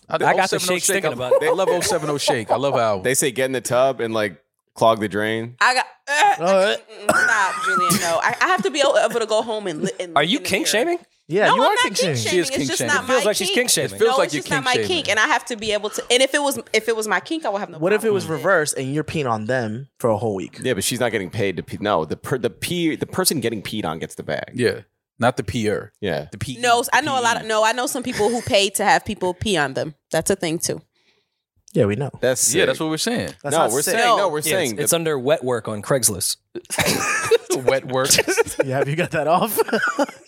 I got oh the shakes thinking about it. They love 070 shake. I love how they say get in the tub and like clog the drain. I got. uh, All right. mm, mm, Stop, Julian. No, I, I have to be able to go home and. Li- and Are look you in the kink mirror. shaming? Yeah, no, you I'm are not kink kink shaming. shaming. She is It's kink just shaming. not It my feels like she's kink. kink shaming. It feels no, like it's you're just not kink my shaming. kink, and I have to be able to. And if it was, if it was my kink, I would have no. What if it problem was with reversed and you're peeing on them for a whole week? Yeah, but she's not getting paid to pee. No, the per, the pee the person getting peed on gets the bag. Yeah, not the peer. Yeah. The P. No, I know a E? lot of. No, I know some people who pay to have people pee on them. That's a thing too. Yeah, we know. That's Yeah, sick. that's what we're saying. That's no, not we're sick. saying no, No. we're Yeah, it's, saying it's the- under wet work on Craigslist. Wet work. Yeah, have you got that off?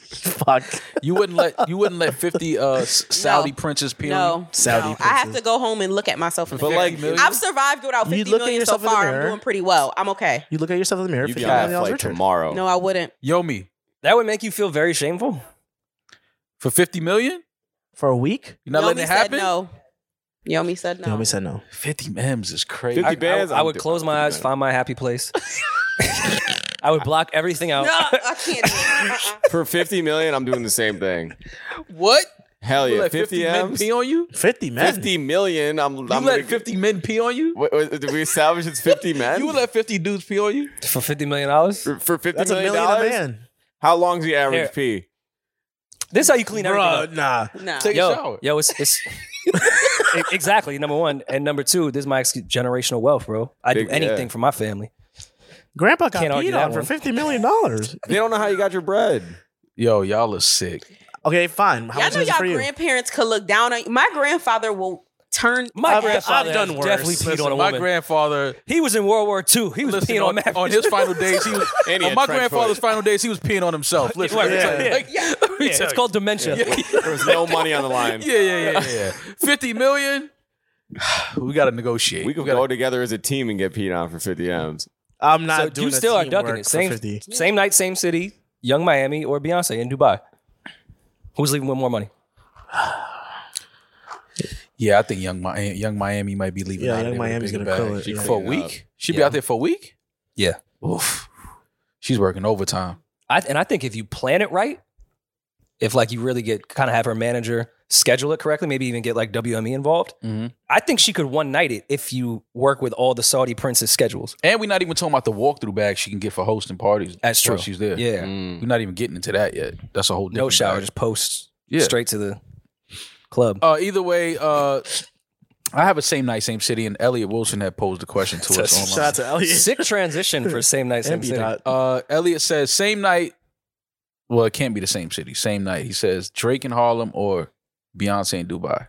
Fuck. you wouldn't let you wouldn't let fifty uh, s- Saudi No. princes pee. on No, Saudi no. I have princes. to go home and look at myself in the But mirror. like, I've survived without You'd fifty look at million so yourself in the far. mirror. I'm doing pretty well. I'm okay. You look at yourself in the mirror you for got $50 a flight million richer. Oh. tomorrow. No, I wouldn't. you? Yomi That would make you feel very shameful. for fifty million. For a week? You're not Yomi letting it said happen. no. Yomi said no. No, we said no. Fifty m's is crazy. 50 I- I, I, bands, I I'm would doing- close my eyes, find my happy place. I would block everything out. no, I can't. Do it. Uh-uh. For 50 million, I'm doing the same thing. what? Hell You Oh, yeah. let 50 fifty men M's, pee on you? 50 men. 50 million. I'm, I'm You gonna- let fifty men pee on you? Wait, wait, did we establish it's 50 men? You would let fifty dudes pee on you? For fifty million dollars, for, for 50 That's a million million dollars? a man. How long's the average pee? this is how you clean everything. Bro, Up. nah. No. Take a Yo, shower. yo, it's, it's E- exactly number one and number two. This is my ex- generational wealth, bro. I Big- do anything yeah. for my family. Grandpa got Can't argue peed that on for one. $50 million. dollars. They don't know how you got your bread. Yo, y'all are sick. okay, fine. How Y'all much know is it y'all for you? grandparents could look down on you. My grandfather will turn. My I've- grandfather I've done has worse. definitely peed Listen, on a my woman. grandfather he was in World War II. He was listen, peeing on, on, mattresses. on his final days. He was, And he on had my trench grandfather's foot. final days, he was peeing on himself. Listen, Right, it's right, like- yeah. like, Yeah. let me Yeah, tell it's you. called dementia. There was no money on the line. Yeah, yeah, yeah, yeah. yeah. Fifty million. We got to negotiate. We could gotta- go together as a team and get peed on for 50 M's. I'm not So doing you still are ducking work it. for Same, 50. same night, same city, Young Miami or Beyonce in Dubai. Who's leaving with more money? Yeah, I think young Mi- young Miami might be leaving. Yeah, out there Young with a Miami's bigger gonna bag. kill it, She- yeah. For a Cleaning up. week, she'd be Yeah. out there for a week. Yeah. Oof, she's working overtime. I, and I think if you plan it right, if like you really get kind of have her manager schedule it correctly, maybe even get like WME involved, Mhm. I think she could one night it if you work with all the Saudi princes' schedules. And we're not even talking about the walkthrough bag she can get for hosting parties. That's while true. She's there. Yeah. Mm. We're not even getting into that yet. That's a whole different No shower, bag. just post Yeah. straight to the club. Uh, either way, uh, I have a same night, same city, and Elliot Wilson had posed the question to us online. Shout out to Elliot. Sick transition for same night, same And B city. dot. Uh, Elliot says same night. Well, it can't be the same city. Same night. He says Drake in Harlem or Beyonce in Dubai.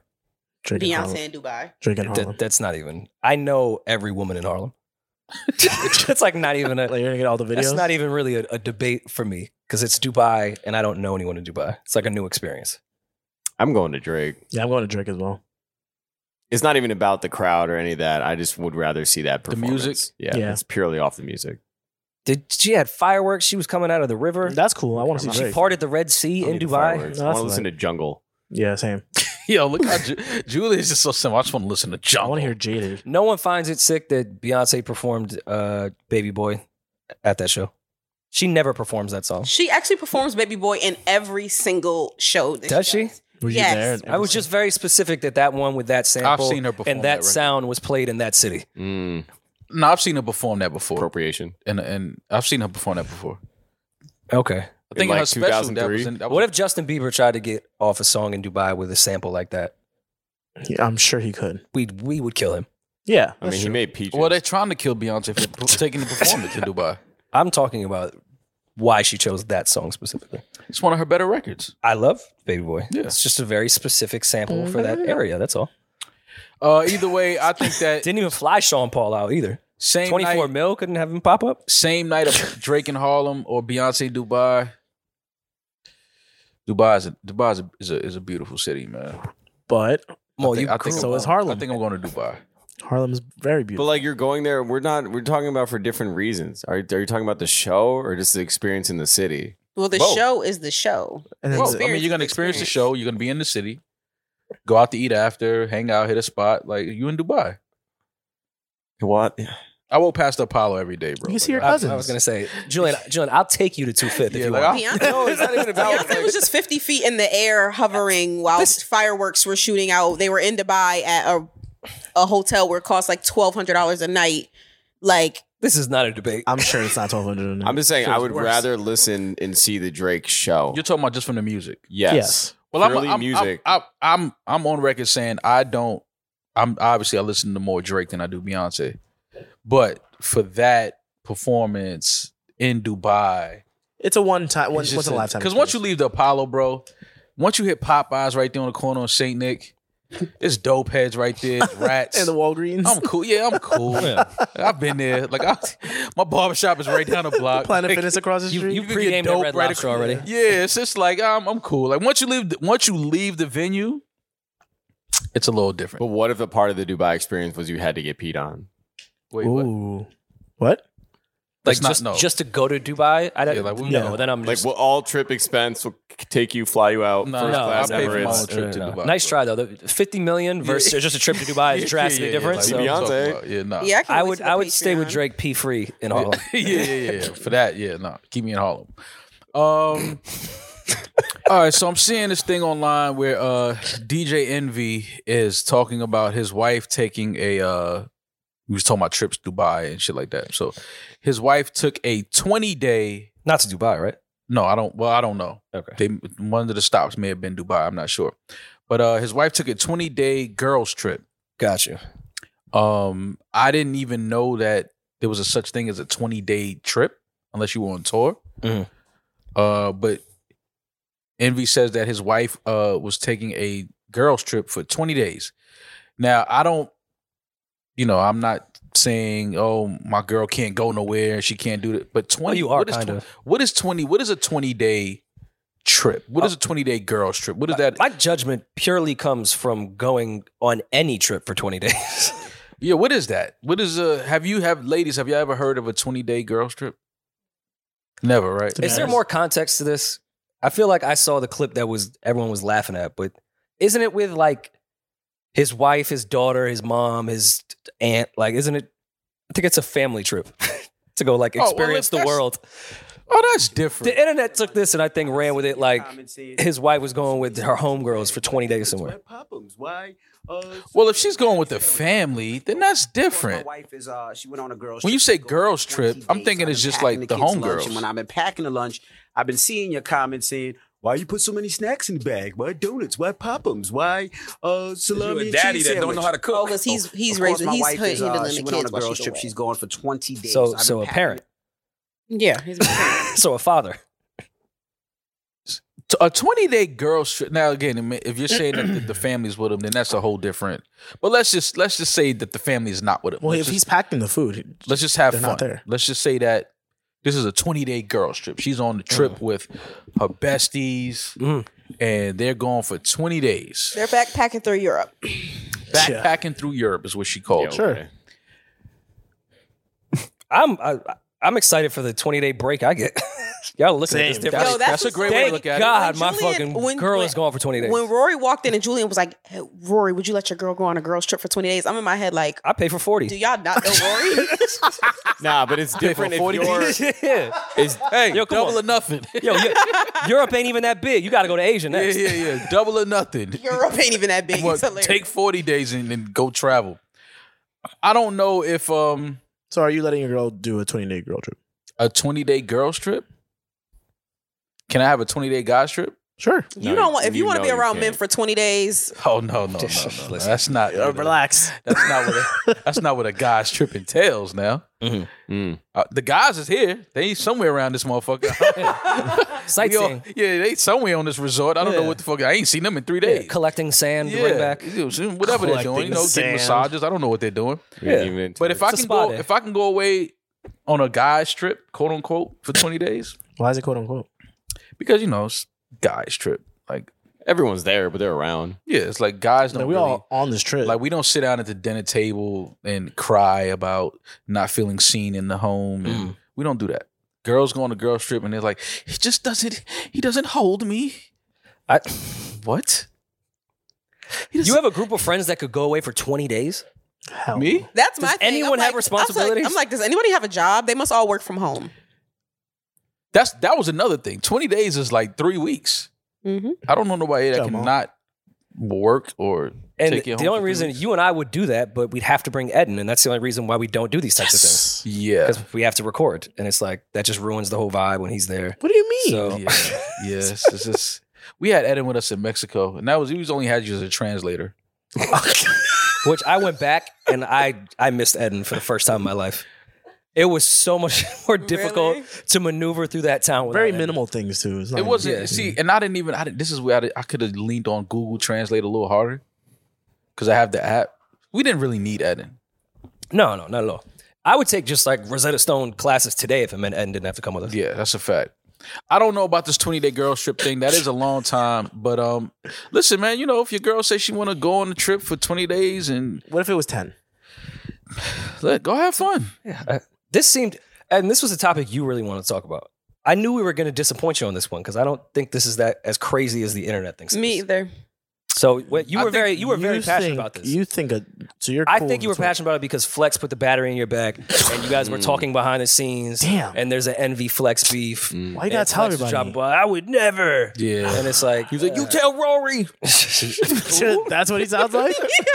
Drake and Beyonce Harlem. in Dubai. Drake and Harlem. That, that's not even. I know every woman in Harlem. it's like not even a. Like, you're gonna get all the videos. That's not even really a, a debate for me because it's Dubai and I don't know anyone in Dubai. It's like a new experience. I'm going to Drake. yeah, I'm going to Drake as well. It's not even about the crowd or any of that. I just would rather see that The performance. music? Yeah, Yeah. It's purely off the music. Did she had fireworks? She was coming out of the river. That's cool. I want she to see Drake. parted the Red I Sea don't in need the Dubai. fireworks. No, I want that's to listen to Jungle. Yeah, same. Yo, look how Ju- Julius is so simple. I just want to listen to John. I want to hear Jaded. No one finds it sick that Beyonce performed uh, "Baby Boy" at that show. She never performs that song. She actually performs Baby Boy in every single show. That Does she? does. Were you Yes. there? and I was just very specific that that one with that sample seen her perform that and that, record. sound was played in that city. Mm, No, I've seen her perform that before, appropriation. and and I've seen her perform that before. Okay. I think in like her special that 2003? was in. That was, What if Justin Bieber tried to get off a song in Dubai with a sample like that? Yeah, I'm sure he could. We we would kill him. Yeah, I mean, he made peaches. Well, they're trying to kill Beyonce for p- taking the performance in Dubai. I'm talking about why she chose that song specifically. It's one of her better records. I love Baby Boy. Yeah. It's just a very specific sample Mm, for that area. That's all. Uh, either way, I think that Didn't even fly Sean Paul out either. same 24 night, mil couldn't have him pop up. same night of Drake in Harlem or Beyonce Dubai. Dubai is a, Dubai is a, is a is a beautiful city, man. but Well, think- you I think grew so I'm- is Harlem. I think I'm going to Dubai. Harlem's very but beautiful. like you're going there, we're not. We're talking about for different reasons. Are, are you talking about the show or just the experience in the city? Well, the Both. show is the show. and then Well, the- I mean, you're gonna the experience the experience. show. You're gonna be in the city, go out to eat after, hang out, hit a spot. Like you in Dubai. What? I walk past the Apollo every day, bro. You can see Like, her I- I was cousins. going to say, Julian, Julian, I'll take you to 250 Yeah, if you like, want. I'll- Beyonce, No, it's not even about. Beyonce like, was just 50 feet in the air hovering while fireworks were shooting out. They were in Dubai at a, a hotel where it cost like $1,200 a night. Like, This is not a debate. I'm sure it's not 1200. in there. I'm just saying, Shit's I would worse. rather listen and see the Drake show. You're talking about just from the music. Yes. Yes. Well, I'm, Purely I'm, music. I'm, I'm, I'm, I'm on record saying I don't. I'm obviously I listen to more Drake than I do Beyonce, but for that performance in Dubai, It's a one time, once, once a lifetime. Because once you experience. leave the Apollo, bro, once you hit Popeyes right there on the corner on Saint Nick, it's dope heads right there, rats. and the Walgreens, I'm cool. Yeah, I'm cool. I've been there. Like I, my barbershop is right down the block. Planet Like, Fitness across the You- street. you- could get Pre-named that dope Red Lobster across- already. Yeah, it's just like I'm, I'm cool. Like once you leave, the, once you leave the venue, it's a little different. But what if a part of the Dubai experience was you had to get peed on? Wait, what? Ooh, what? like It's not- just, no. just to go to Dubai, I don't Yeah, like, we- no. Yeah. Then I'm Like, just will all trip expense will k- take you, fly you out, No, first no, class, I pay for my Emirates? own trip to Dubai, Nice bro. try though. The Fifty million versus just a trip to Dubai Yeah, is drastically yeah, yeah, different. like so we Beyonce. talking about- Yeah, no. Yeah, I, can I relate would to the I would stay with Patreon. Drake P free in Harlem. yeah, yeah, yeah. For that, yeah, no. Keep me in Harlem. Um All right, so I'm seeing this thing online where uh DJ Envy is talking about his wife taking a uh we was talking about trips to Dubai and shit like that. So his wife took a 20 day Not to Dubai, right? no, I don't well, I don't know. Okay. They one of the stops may have been Dubai, I'm not sure. But uh his wife took a 20 day girls trip. Got you. Um I didn't even know that there was a such thing as a 20 day trip unless you were on tour. Mhm. Uh but Envy says that his wife uh was taking a girls trip for 20 days. Now, I don't you know, I'm not saying oh my girl can't go nowhere, she can't do it, but 20 Well, Oh, you are what is kind 20 of. what is 20 what is a 20 day trip? What Oh. is a 20 day girls trip? What is that? My judgment purely comes from going on any trip for twenty days. Yeah, what is that? What is uh have you have ladies, have you ever heard of a 20 day girls trip? Never, right? It's a Is there Yes. more context to this? I feel like I saw the clip that was everyone was laughing at, but isn't it with like his wife, his daughter, his mom, his aunt? Like, isn't it? I think it's a family trip to go like Oh, well, experience if that's- the world. Oh, that's different. The internet took this and I think ran with it. Like his wife was going with her homegirls for twenty days somewhere. uh, Well, if she's going with the family, then that's different. My wife is uh, she went on a girls. When you say trip. She goes girls for trip, 20 I'm days. thinking I've it's been just packing like the the kids' lunch, homegirls. And when I've been packing the lunch, I've been seeing your comments saying. Why you put so many snacks in the bag? Why donuts? Why popums? Why uh, salami? and daddy cheese that don't know sandwich? how to Oh, cook. because he's he's Of course, raising my he's wife is, handling uh, the she kids went on a while girls she's trip. away. She's going for twenty days. So, I've so a been packing- parent, yeah. He's so a father. T- A 20 day girls trip. Now, again, I mean, if you're saying that the, the family's with him, then that's a whole different. But let's just let's just say that the family is not with him. Well, let's, if just, he's packed in the food, let's just have they're fun. not there. Let's just say that this is a 20 day girls trip. She's on the Mm. trip with her besties, Mhm. and they're going for 20 days. They're backpacking through Europe. Yeah. Backpacking through Europe is what she called. it. Sure. I'm I, I'm excited for the twenty day break I get. Y'all looking at this Same. differently. That's, Yo, that's that's a what's great up. way to Thank look at God, When my Julian- fucking when- girl when- is gone for 20 days. When Rory walked in and Julian was like, hey, "Rory, would you let your girl go on a girls trip for 20 days?" I'm in my head like, I pay for "Do 40. y'all not know Rory?" Nah, but it's different if 40 you're. yeah. it. Hey, Yo, come double on. or nothing. Yo, Eu- Europe ain't even that big. You got to go to Asia yeah, next. yeah, yeah. Double or nothing. Europe ain't even that big. What, It's hilarious. take 40 days and then go travel. I don't know if um so are you letting your girl do a 20 day girl trip? a 20 day girls trip. Can I have a 20 day guys trip? Sure. you No, don't want if you you want to know be you around men can't. for 20 days. Oh no, no, no, no, no. Listen. That's not Uh, what a- relax. That's not what a, that's not what a guys trip entails now. Mm. Uh, the guys is here. They somewhere around this motherfucker. We all- Sightseeing. yeah, they somewhere on this resort. I don't know Yeah. what the fuck. I ain't seen them in three Yeah, days. collecting sand, yeah. bring back. Yeah, whatever they're doing, you know, getting Collecting massages. I don't know what they're doing. We didn't even But if I a can spa go, day. if I can go away on a guy's trip, quote unquote, for twenty days, Why is it quote unquote? because you know, it's guys trip. Like, everyone's there, but they're around. yeah, it's like guys don't Like, we really- all on this trip. like we don't sit down at the dinner table and cry about not feeling seen in the home. And We don't do that. Girls go on a girls trip and they're like, he just doesn't, he doesn't hold me. I, What? He you doesn't- have a group of friends that could go away for 20 days? Hell me? That's my Does thing. I'm anyone have like- I'm like- responsibilities? I'm like, does anybody have a job? They must all work from home. That's that was another thing. Twenty days is like three weeks. Mm-hmm. I don't know nobody that Come on. cannot work or And take it the home only for reason free? you and I would do that, but we'd have to bring Eden, and that's the only reason why we don't do these types of things yeah, because we have to record, and it's like that just ruins the whole vibe when he's there. What do you mean? So yeah, yes. It's just we had Eden with us in Mexico, and that was he was only had you as a translator. which I went back and I I missed Eden for the first time in my life. It was so much more difficult Really? to maneuver through that town. Very without Eden. minimal things too. It's not It even- wasn't yeah. see, and I didn't even. I didn't, this is where I, did- I could have leaned on Google Translate a little harder because I have the app. We didn't really need Eden. No, no, not at all. I would take just like Rosetta Stone classes today if it meant Eden didn't have to come with us. Yeah, that's a fact. I don't know about this twenty day girl trip thing. That is a long time, but um, listen, man. You know, if your girl says she want to go on a trip for twenty days and What if it was ten? let go have fun. This seemed, and this was a topic you really wanted to talk about. I knew we were going to disappoint you on this one because I don't think this is that as crazy as the internet thinks. it Me is. either. So what, you I were think very, you were very passionate think- about this. You think a, so? You're. I cool think you were with it. passionate about it because Flex put the battery in your back, and you guys were talking behind the scenes. Damn. And there's an envy Flex beef. Why you gotta tell everybody? I would never. Yeah. And it's like he's like, you tell Rory. That's what he sounds like.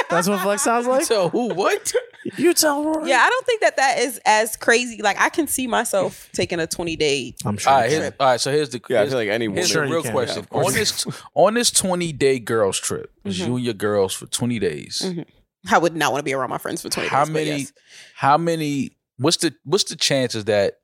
That's what Flex sounds like. So who? What? You tell Rory. Yeah, I don't think that that is as crazy. Like I can see myself taking a 20 day. I'm sure. all right, here- all right. So here's the Yeah, I here's- feel like any woman. Here's Sure a you real can. Yeah, question. of course. on this on this twenty day girls trip, it's Mm-hmm. you and your girls for twenty days. I would not want to be around my friends for 20 How Mm-hmm. days. but many? yes. How many? What's the what's the chances that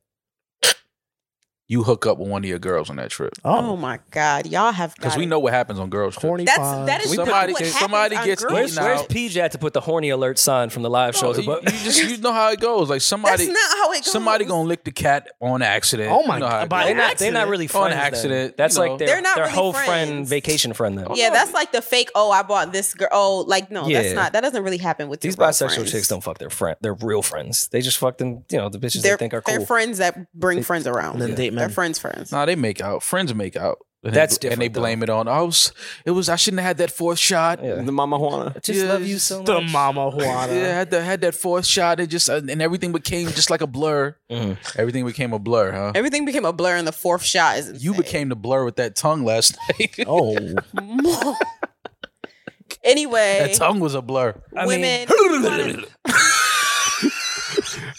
you hook up with one of your girls on that trip? Oh Oh, my God, y'all have Because got we it. know what happens on girls trip. corny. That's fun. that is We somebody- somebody, what happens somebody on gets girls. eaten Where's, Now- where's PJ at to put the horny alert sign from the live No, shows? you, above? you Oh, just you know how it goes. Like That's somebody not how it goes. somebody gonna lick the cat on accident. Oh my You know how it God, goes. they're not, they're not really friends. On then. accident, That's you like know. their, They're not their really whole friends. Oh, friend vacation friend. Then Yeah, that's like the fake. Oh, I bought this girl. Oh, like no, Yeah. that's not. That doesn't really happen with these your real bisexual friends. chicks don't fuck their friend. They're real friends. They just fuck them. You know the bitches they They're, think are they're cool. friends that bring friends around. Then date They're men. friends' friends. Nah, they make out. Friends make out. And That's they, And different, they blame it on. I was. It was. I shouldn't have had that fourth shot. Yeah. The Mama Juana. I just Yeah, love you so The much. Mama Juana. Yeah, I had, the, had that fourth shot. It just uh, and everything became just like a blur. Mhm. Everything became a blur, huh? Everything became a blur in the fourth shot. Is You insane. became the blur with that tongue last night. Oh, anyway. that tongue was a blur. I mean- women.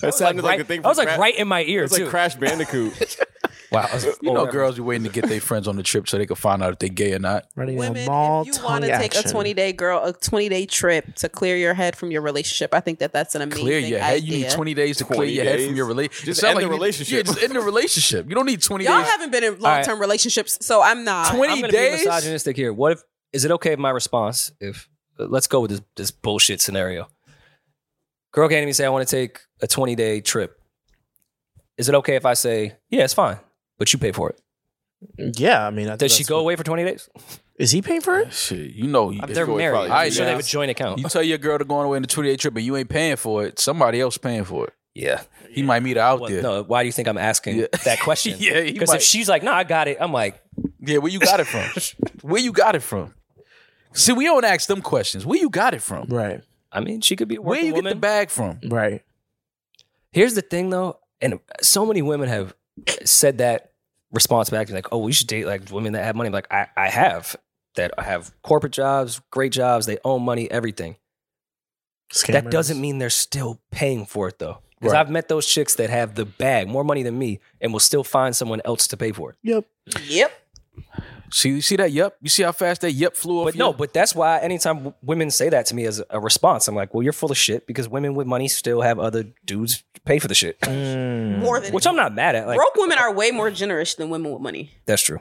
That sounded like, right, the thing. I was from like Cra- right in my ear It's too. like Crash Bandicoot. wow, I was- You oh, know, that- girls be waiting to get their friends on the trip so they could find out if they gay or not. running Women, a if mall you want to take a action. 20 day girl, a 20 day trip to clear your head from your relationship, I think that that's an amazing Clear your idea. head. You need 20 days to clear 20 your head from days? your relationship. Just end the relationship. yeah, just end the relationship. You don't need 20 Y'all days. haven't been in long term relationships, so I'm not. 20 I'm gonna days? Be misogynistic here. What if? Is it okay if my response? If uh, let's go with this this bullshit scenario. Girl can't even say I want to take a 20 day trip. Is it okay if I say yeah, it's fine, but you pay for it? Yeah, I mean, I think Does she that's go what- away for 20 days? Is he paying for it? Shit, you know, you- They're go away married. probably I'm two sure they days. have a joint account. you tell your girl to go on away on a 20 day trip and you ain't paying for it. Somebody else paying for it. yeah. He might meet her out Well, there. No. Why do you think I'm asking Yeah. that question? Yeah, he Because might. if she's like, no, I got it. I'm like, Yeah, where you got it from? where you got it from? See, we don't ask them questions. Where you got it from? Right, I mean, she could be a Where working you woman. get the bag from? right. Here's the thing though, and so many women have said that response back to me, like, oh, we should date like women that have money. I'm like, I, I have that have corporate jobs, great jobs, they own money, everything. That Scammers. doesn't mean they're still paying for it though. Because Right. I've met those chicks that have the bag, more money than me, and will still find someone else to pay for it. Yep. Yep. See, you see that? Yep. You see how fast that yep flew off? But you? no, but that's why anytime w- women say that to me as a response, I'm like, well, you're full of shit because women with money still have other dudes pay for the shit, Mm. More Mm. than which I'm not mad at. Like, broke women are way more generous than women with money. that's true.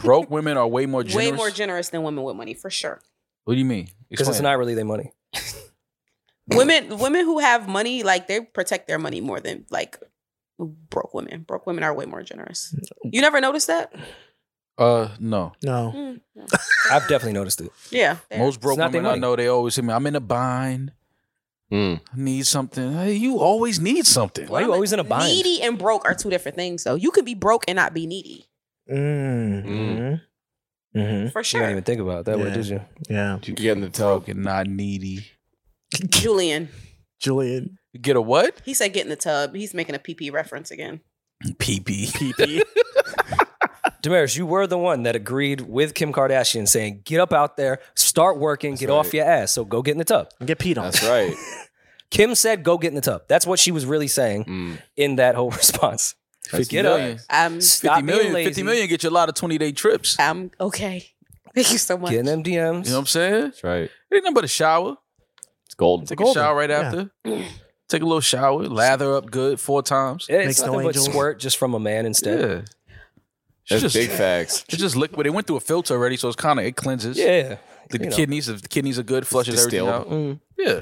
broke women are way more generous. Way more generous than women with money for sure. what do you mean? Because it's Explain. not really their money. women, women who have money, like they protect their money more than like broke women. Broke women are way more generous. You never noticed that? Uh, Mm. no. No. Mm, no. I've definitely noticed it. Yeah. they are. Most broke It's not their women I money. know, they always say, "I'm in a bind. Mm. I need something." Hey, you always need something. Why are you always in a bind? Needy and broke are two different things, though. You could be broke and not be needy Mm. Mm-hmm. Mm. Mm-hmm. for You didn't sure. even think about it that way, Yeah. did you? Yeah. You get in the tub. Broke and not needy. Julian, Julian. You get a what? he said, "Get in the tub." He's making a PP reference again. PP. PP. Damaris, you were the one that agreed with Kim Kardashian saying, get up out there, start working, get off right. your ass. So go get in the tub. and get peed on. That's right. Kim said, go get in the tub. That's what she was really saying Mm. in that whole response. Fifty Get million. up. I'm Stop 50 million, being lazy. 50 million get you a lot of 20 day trips. I'm okay. Thank you so much. Get in them DMs. You know what I'm saying? That's right. It ain't nothing but a shower. It's gold. Take a shower right after. Take a little shower, lather up good four times. It's Makes no nothing but angels. squirt just from a man instead. Yeah. It's That's just, big it's facts. just liquid. It went through a filter already, so it's kind of, it cleanses. Yeah. The, you know. kidneys, if the kidneys are good, flushes Distilled. everything out. Yeah.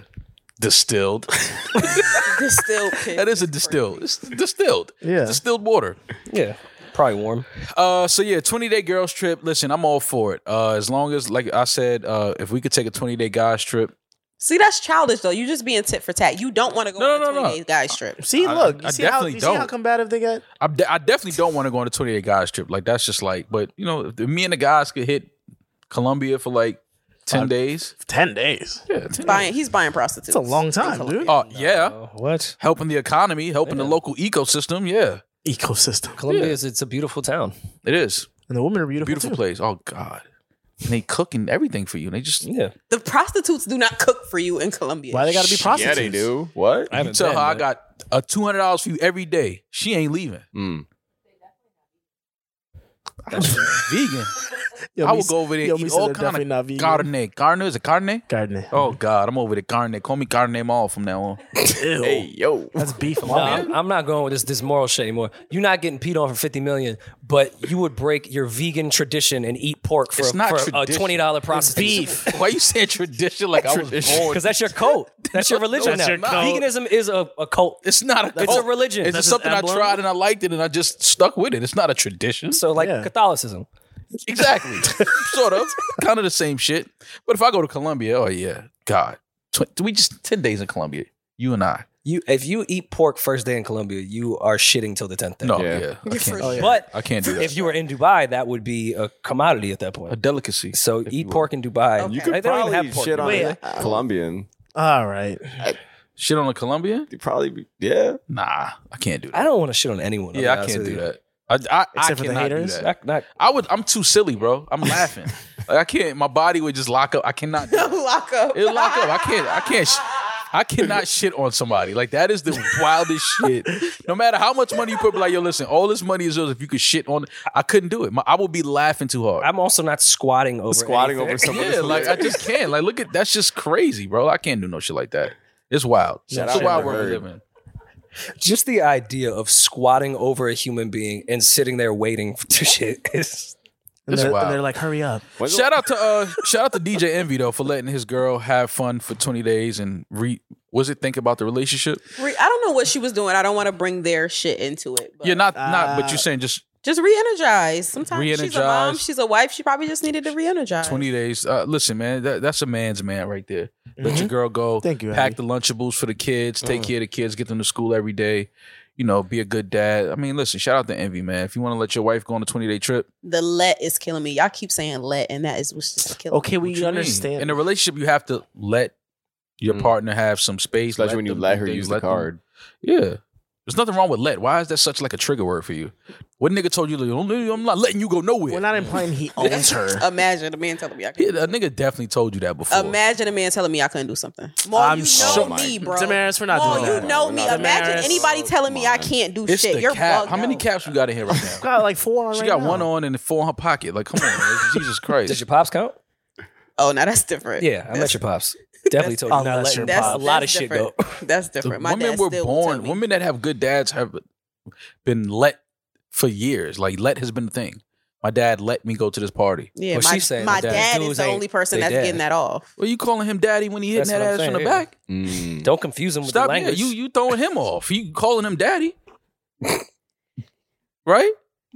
Distilled. Distilled piss. that is a distilled. It's distilled. Yeah. Distilled water. Yeah. Probably warm. Uh, so yeah, twenty day girls trip. Listen, I'm all for it. Uh, as long as, like I said, uh, if we could take a twenty day guys trip, See, that's childish though. You just being tit for tat. You don't want to go No, on a no, no, 20 day guy strip. See, I- look, you I see how definitely you see how don't. combative they got. I, de- I definitely don't want to go on a 28 guys trip. Like that's just like, but you know, if me and the guys could hit Colombia for like 10 days. Ten days. Yeah, Buying, he's buying prostitutes. It's a long time, dude. Oh yeah, Oh, what? helping the economy, helping the Yeah. local ecosystem. Yeah, Ecosystem, Columbia is it's a beautiful town. it is and the women are beautiful. beautiful too. place. Oh God, and they cooking everything for you. And they just you Yeah. The prostitutes do not cook for you in Colombia. Why they got to be Yeah, prostitutes? they do. What? I haven't tell been, her I but- got a two hundred dollars for you every day. She ain't leaving. Mm. Vegan. Yo, I me- will go over there yo, and me eat said all they're kind definitely of not vegan. carne. Carne is it carne? Gardening. Oh God, I'm over the carne. Call me carne mall from now on. Ew. Hey, yo. That's beef. No, I'm, I'm not going with this this moral shit anymore. You're not getting peed on for 50 million, but you would break your vegan tradition and eat pork for, It's not for a tradition. twenty dollar prostitute. beef. Why you saying tradition like I was born? Because that's your cult. That's your religion That's now. your cult. Veganism is a, a cult. It's not a It's cult. a religion. It's That's just an something I emblem. tried and I liked it and I just stuck with it. It's not a tradition. So like Yeah. Catholicism. Exactly. sort of. Kind of the same shit. But if I go to Colombia, oh yeah, God. Tw- we just 10 days in Colombia. You and I. You if you eat pork first day in Colombia, you are shitting till the tenth day. No, Yeah. yeah. I, can't, Oh, yeah. But I can't do that. if you were in Dubai, that would be a commodity at that a point. delicacy. So if eat will. pork in Dubai. Okay. You Like, could they don't even have pork shit in on Dubai. a Colombian. All right. Shit on a Colombian? You probably be, yeah. Nah, I can't do that. I don't want to shit on anyone. I'll yeah, be I honest can't with do you. that. I, I, I Except for the cannot haters? do that. Not, not I would. I'm too silly, bro. I'm laughing. like I can't. My body would just lock up. I cannot. do that. Lock up. It'll lock up. I can't. I can't. Sh- I cannot shit on somebody. Like that is the wildest shit. No matter how much money you put, but like yo, listen, all this money is yours. If you could shit on, I couldn't do it. My, I would be laughing too hard. I'm also not squatting over Squatting anything. over someone. yeah, like I just can't. Like look at that's just crazy, bro. I can't do no shit like that. It's wild. Shout it's out a wild to world we Bird. live in. just the idea of squatting over a human being and sitting there waiting to shit is And That's they're, wild. and they're like, hurry up. Shout out to uh, shout out to DJ Envy though for letting his girl have fun for 20 days and re. Was it think about the relationship? Re- I don't know what she was doing. I don't want to bring their shit into it. But Yeah, not not. But you're saying just just re-energize. Sometimes she's a mom, Re-energize. she's a wife. She probably just needed to re-energize. 20 days. Uh, listen, man, that, that's a man's man right there. Let your girl go. Thank you, Pack Abby. the Lunchables for the kids. Take care of the kids. Get them to school every day. You know, be a good dad. I mean, listen, shout out to Envy, man. If you want to let your wife go on a 20 day trip, The let is killing me. Y'all keep saying let, and that is what's just killing. Okay, what we you mean? understand. In a relationship, you have to let your Mm. partner have some space. Especially when you them let do her things, use the let them- card. Yeah. There's nothing wrong with let. Why is that such like a trigger word for you? What nigga told you, like, I'm not letting you go nowhere? We're not implying he owns her. me. Imagine a man telling me I could. yeah, a nigga definitely told you that before. Imagine a man telling me I couldn't do something. More I'm you know sure- Oh my me, bro. God. Damaris, we're not More doing you that. know We're me. not doing Imagine that. anybody telling me I can't do it's shit. the You're cap. bugged How many out. caps you got in here right now? Got like four. She right got now. one on and four in her pocket. Like, come on, man. Jesus Christ. Does your pops count? Oh, now that's different. Yeah, I met your pops. Definitely told you not Unless letting your your That's pops. A lot of that's shit though. different. That's The different. My women dad were still will tell born. me. Women that have good dads have been let for years. Like, let has been a thing. My dad let me go to this party. Yeah, Well, my, she's saying my that the dad dudes is the ain't- only person they that's dad. getting that off. Well, you calling him daddy when he hitting That's that what I'm ass saying, from the yeah. back? Mm. Don't confuse him with Stop. the Yeah, language. you you throwing him off. You calling him daddy? right?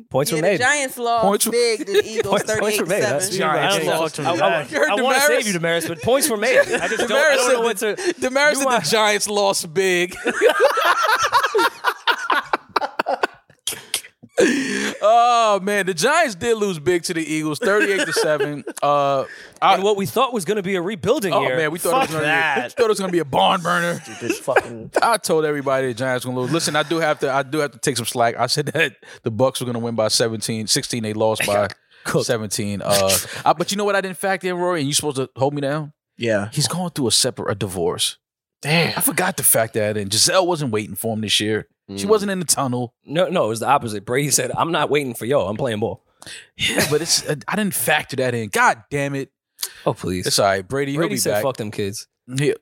Points were yeah, the made. Giants lost Points were- big. The Eagles Points- points were made. That's- 38-7. Giants I don't know. lost to the I- I- Giants. You heard I want to Damaris? save you, Damaris, but points were made. I just don't, I don't know what to. Damaris You said are- the Giants lost big. Oh Oh man, the Giants did lose big to the Eagles, thirty-eight to seven. Uh, I- and what we thought was going to be a rebuilding oh year. man, we thought it was Fuck gonna be, that. thought it was gonna be a barn burner. Stupid fucking. I told everybody the Giants were gonna lose. Listen, I do have to I do have to take some slack. I said that the Bucks were gonna win by 17, 16. They lost by 17. Uh, I- but you know what? I didn't factor in Rory, and you supposed to hold me down. Yeah. He's going through a separate a divorce. Damn, I forgot to fact that in. Giselle wasn't waiting for him this year. She Mm. wasn't in the tunnel. no, no, it was the opposite. Brady said, "I'm not waiting for y'all. I'm playing ball." Yeah, but it's I didn't factor that in. God damn it! Oh please. It's all right, Brady. He'll Brady be said, back. "Fuck them kids." Yeah,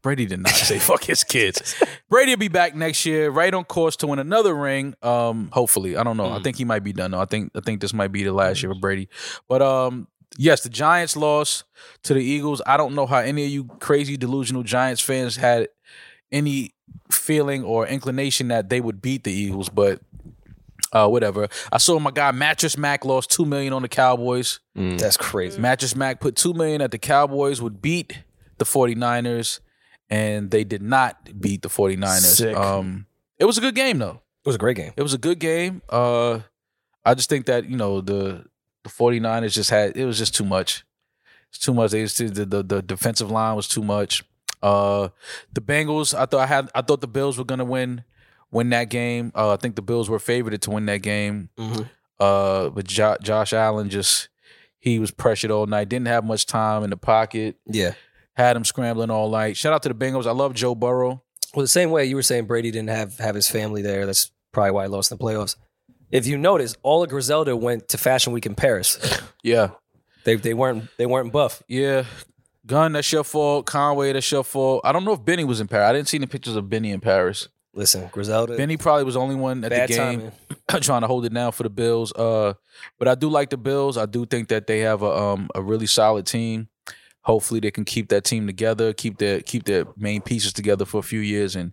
Brady did not say fuck his kids. Brady will be back next year, right on course to win another ring. Um, hopefully, I don't know. I think he might be done though. I think I think this might be the last year for Brady. But um, yes, the Giants lost to the Eagles. I don't know how any of you crazy delusional Giants fans had any feeling or inclination that they would beat the Eagles, but uh, whatever. I saw my guy Mattress Mac lost two million on the Cowboys. Mm. That's crazy. Mattress Mac put 2 million that the Cowboys would beat the 49ers and they did not beat the 49ers. Sick. Um it was a good game though. It was a great game. It was a good game. Uh I just think that, you know, the the 49ers just had it was just too much. It's too much. They just, the, the the defensive line was too much. Uh the Bengals, I thought I had I thought the Bills were going to win win that game. Uh I think the Bills were favored to win that game. Mm-hmm. Uh, but jo- Josh Allen just he was pressured all night. Didn't have much time in the pocket. Yeah. Had him scrambling all night. Shout out to the Bengals. I love Joe Burrow. Well, the same way you were saying Brady didn't have have his family there. That's probably why he lost in the playoffs. If you notice, all of Griselda went to Fashion Week in Paris. Yeah, they they weren't they weren't buff. yeah. Gun, that's your fault. Conway, that's your fault. I don't know if Benny was in Paris. I didn't see any pictures of Benny in Paris. Listen, Griselda. Benny probably was the only one at Uh, bad the game. timing. trying to hold it down for the Bills. Uh, but I do like the Bills. I do think that they have a um a really solid team. Hopefully, they can keep that team together, keep their keep their main pieces together for a few years, and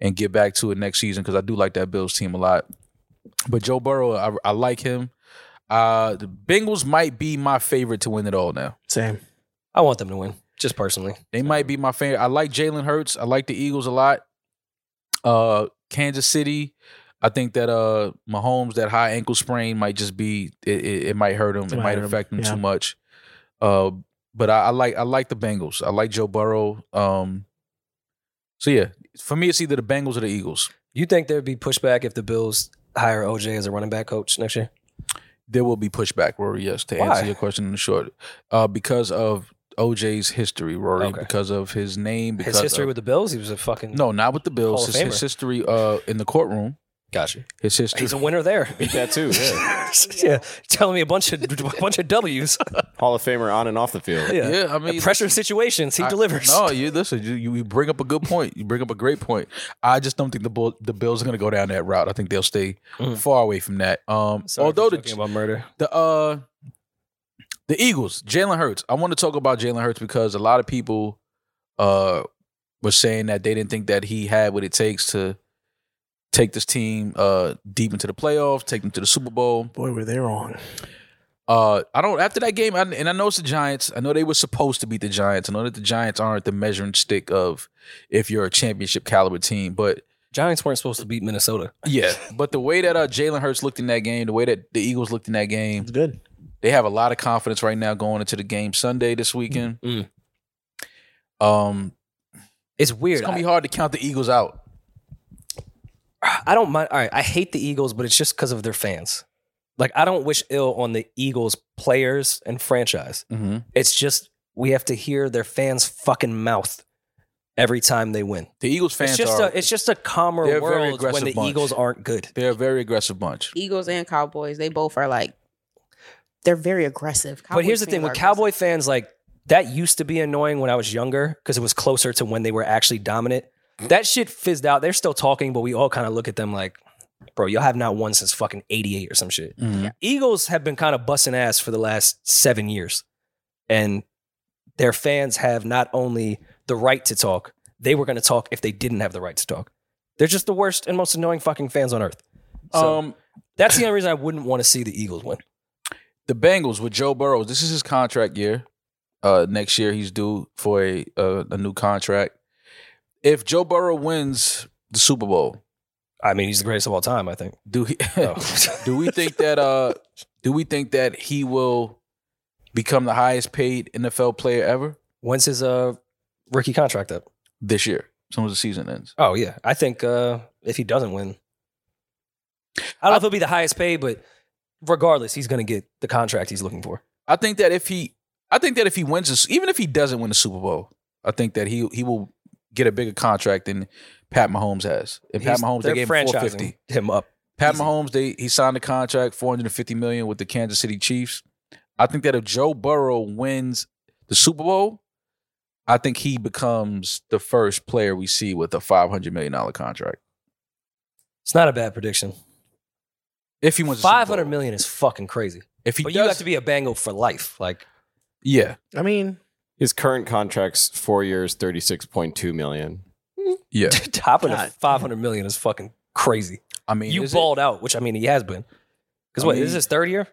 and get back to it next season because I do like that Bills team a lot. But Joe Burrow, I, I like him. Uh, the Bengals might be my favorite to win it all now. Same. I want them to win, just personally. They might be my favorite. I like Jalen Hurts. I like the Eagles a lot. Uh, Kansas City. I think that uh Mahomes that high ankle sprain might just be it. It, it might hurt him. It might might hurt him, affect him, yeah. too much. Uh, but I, I like I like the Bengals. I like Joe Burrow. Um, so yeah, for me it's either the Bengals or the Eagles. You think there'd be pushback if the Bills hire OJ as a running back coach next year? There will be pushback, Rory. Yes, to Why? answer your question in short, uh, because of OJ's history, Rory. Okay. Because of his name. Because His history of, with the Bills, he was a fucking no, not with the Hall Bills. of His, his Famer. history uh, in the courtroom. Gotcha. His history. He's a winner there. Beat that too. Yeah. yeah, telling me a bunch of a bunch of W's. Hall of Famer on and off the field. Yeah, yeah, I mean, pressure situations, he I- delivers. No, you listen. You, you bring up a good point. You bring up a great point. I just don't think the Bull, the Bills are going to go down that route. I think they'll stay far away from that. Um, Mm. Sorry although for the talking about murder, the uh the Eagles, Jalen Hurts. I want to talk about Jalen Hurts because a lot of people uh were saying that they didn't think that he had what it takes to take this team uh deep into the playoffs, take them to the Super Bowl. Boy, were they wrong. Uh, I don't. After that game, I, and I know it's the Giants. I know they were supposed to beat the Giants. I know that the Giants aren't the measuring stick of if you're a championship caliber team. But Giants weren't supposed to beat Minnesota. yeah, but the way that uh, Jalen Hurts looked in that game, the way that the Eagles looked in that game, It's good. Mm-hmm. they have a lot of confidence right now going into the game Sunday this weekend. Mm. Mm-hmm. Um, It's it's weird. gonna be hard to count the Eagles out. I, I don't mind. All right, I hate the Eagles, but it's just because of their fans. Like I don't wish ill on the Eagles players and franchise. Mm-hmm. It's just we have to hear their fans' fucking mouth every time they win. The Eagles fans it's just are a it's just a calmer They're a very world when aggressive the bunch. Eagles aren't good. they're a very aggressive bunch. Eagles and Cowboys, they both are like they're very aggressive. but here's Cowboys the thing fans with are Cowboy fans, like that used to be annoying when I was younger because it was closer to when they were actually dominant. That shit fizzed out. They're still talking, but we all kind of look at them like, bro, y'all have not won since fucking 88 or some shit. Mm-hmm. Eagles have been kind of busting ass for the last seven years. And their fans have not only the right to talk, they were going to talk if they didn't have the right to talk. They're just the worst and most annoying fucking fans on earth. So um, that's the only reason I wouldn't want to see the Eagles win. the Bengals with Joe Burrow. This is his contract year. Uh, next year he's due for a, a a new contract. If Joe Burrow wins the Super Bowl, I mean, he's the greatest of all time. I think. Oh. Do he, So. do we think that uh do we think that he will become the highest paid NFL player ever When's his uh rookie contract up? this year? As soon as the season ends. Oh yeah, I think uh, if he doesn't win, I don't know if he'll be the highest paid, but regardless, he's going to get the contract he's looking for. I think that if he I think that if he wins this even if he doesn't win the Super Bowl, I think that he he will get a bigger contract than Pat Mahomes has. And Pat He's- Mahomes they they're gave him franchising four fifty. him up. Pat Easy. Mahomes, they he signed a contract, four hundred and fifty million with the Kansas City Chiefs. I think that if Joe Burrow wins the Super Bowl, I think he becomes the first player we see with a five hundred million dollar contract. It's not a bad prediction. If he wins, the Super Five hundred Bowl. million is fucking crazy. If he but does, you have to be a Bengal for life. Like yeah, I mean, His current contract's four years, thirty six point two million. yeah. topping God. five hundred million is fucking crazy. I mean, you is it- balled out, which I mean he has been. Because I what mean- is his third year,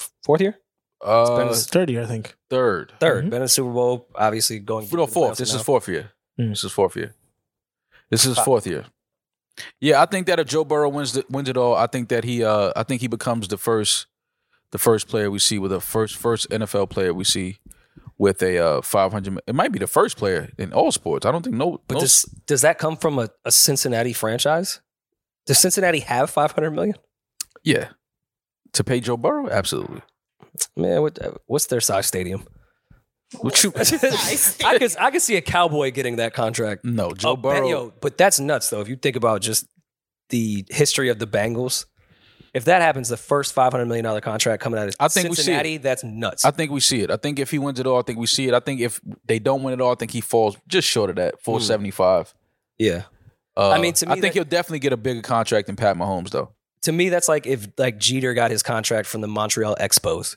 F- fourth year, uh, been a- it's 30, I think. 3rd third? Mhm. Been in Super Bowl, obviously going no to the fourth. playoffs This now. is fourth year. Mm. This is fourth year. This is fourth year. Yeah, I think that if Joe Burrow wins the, wins it all, I think that he uh I think he becomes the first the first player we see with a first first NFL player we see with a uh 500 mi- it might be the first player in all sports. I don't think no But no- does does that come from a, a Cincinnati franchise? Does Cincinnati have five hundred million? yeah. To pay Joe Burrow? Absolutely. Man, what, uh, what's their size stadium? Would you I could I could see a cowboy getting that contract. No, Joe Oh, Burrow. Ben- yo, but that's nuts though. If you think about just the history of the Bengals, if that happens, the first five hundred million dollar contract coming out of I think we see it. Cincinnati, that's nuts. I think we see it. I think if he wins it all, I think we see it. I think if they don't win it all, I think he falls just short of that, Hmm. 475. yeah, Uh, I mean, to me, I think that- he'll definitely get a bigger contract than Pat Mahomes, though. to me, that's like if like Jeter got his contract from the Montreal Expos.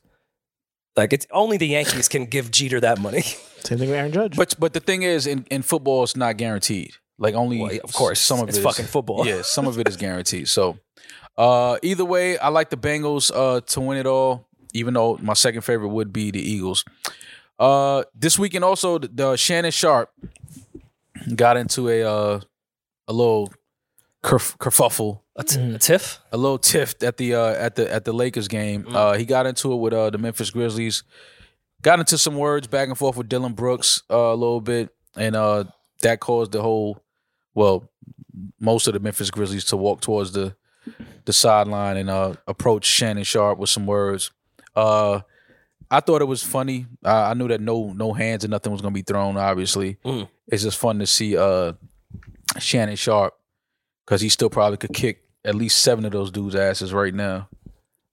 Like it's only the Yankees can give Jeter that money. Same thing with Aaron Judge. But but the thing is, in, in football, it's not guaranteed. Like only, Well, of course, some of it's it is- fucking football. Yeah, some of it is guaranteed. So, uh, either way, I like the Bengals uh, to win it all. Even though my second favorite would be the Eagles. Uh, this weekend also, the, the Shannon Sharp got into a uh, a little kerf- kerfuffle A, t- a tiff. a little tiff at the uh, at the at the Lakers game. Uh, he got into it with uh, the Memphis Grizzlies. Got into some words back and forth with Dylan Brooks uh, a little bit, and uh, that caused the whole, well, most of the Memphis Grizzlies to walk towards the the sideline and uh, approach Shannon Sharp with some words. Uh, I thought it was funny. I I knew that no no hands and nothing was gonna be thrown. Obviously, Mm. it's just fun to see uh, Shannon Sharp because he still probably could kick at least seven of those dudes' asses right now.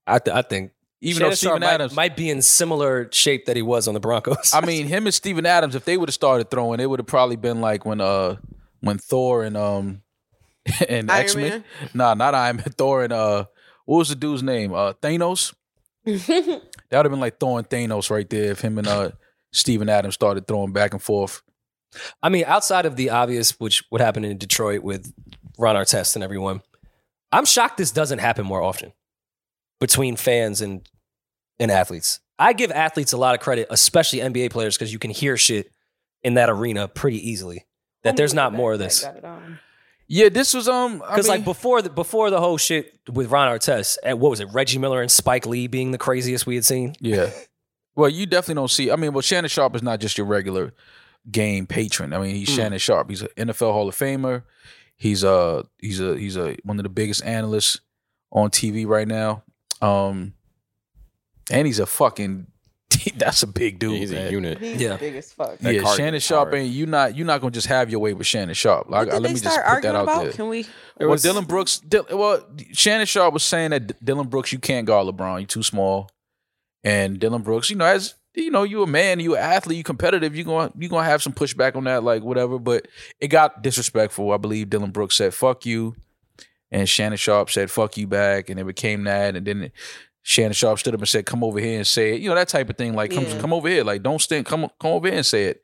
I, th- I think Even Shannon though Steven Sharp might, Adams, might be in similar shape that he was on the Broncos. I mean, him and Steven Adams, if they would have started throwing, it would have probably been like when uh when Thor and um and Iron X Men, Man? nah, not Iron Man, Thor and uh what was the dude's name? Uh Thanos. That would have been like throwing Thanos right there if him and uh Steven Adams started throwing back and forth. I mean, outside of the obvious, which would happen in Detroit with Ron Artest and everyone, I'm shocked this doesn't happen more often between fans and and athletes. I give athletes a lot of credit, especially NBA players, because you can hear shit in that arena pretty easily. That there's not more of this. Yeah, this was um Because like before the before the whole shit with Ron Artest, and what was it, Reggie Miller and Spike Lee being the craziest we had seen? Yeah. Well, you definitely don't see. I mean, well, Shannon Sharp is not just your regular game patron. I mean, he's Hmm. Shannon Sharp. He's an NFL Hall of Famer. He's a he's a he's a one of the biggest analysts on TV right now. Um, and he's a fucking. That's a big dude. He's a man. unit. Yeah. big as fuck. That yeah, card Shannon gets Sharp hard. ain't you not you not gonna just have your way with Shannon Sharp. Like, What did let they me just start put that arguing out about? there. Can we? well, There was- Dylan Brooks. Dil- well, Shannon Sharp was saying that D- Dylan Brooks, you can't guard LeBron. You're too small. And Dylan Brooks, you know, as you know, you a man, you an athlete, you competitive. You going you gonna have some pushback on that, like whatever. But it got disrespectful. I believe Dylan Brooks said "fuck you," and Shannon Sharp said "fuck you" back, and it became that. And then Shannon Sharp stood up and said, "Come over here and say it," you know, that type of thing. Like, come Yeah. come over here, like don't stand, come come over here and say it.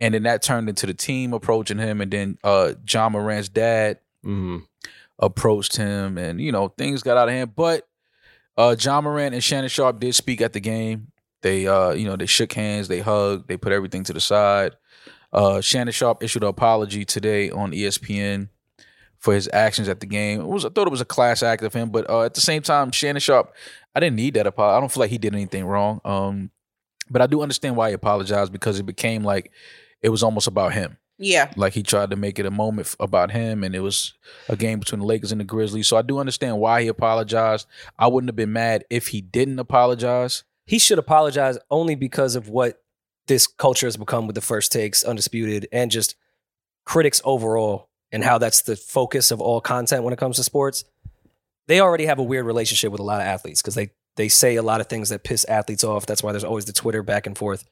And then that turned into the team approaching him, and then uh, John Morant's dad Mhm. approached him and you know things got out of hand but uh john moran and shannon sharp did speak at the game they uh you know they shook hands they hugged they put everything E to the side uh shannon sharp issued an apology today on espn for his actions at the game. It was I thought it was a class act of him, but uh, at the same time, Shannon Sharp, I didn't need that apology. I don't feel like he did anything wrong. Um, but I do understand why he apologized because it became like it was almost about him. Yeah. Like he tried to make it a moment f- about him, and it was a game between the Lakers and the Grizzlies. So I do understand why he apologized. I wouldn't have been mad if he didn't apologize. he should apologize only because of what this culture has become with the first takes, undisputed, and just critics overall, and how that's the focus of all content when it comes to sports. They already have a weird relationship with a lot of athletes because they they say a lot of things that piss athletes off. That's why there's always the Twitter back and forth.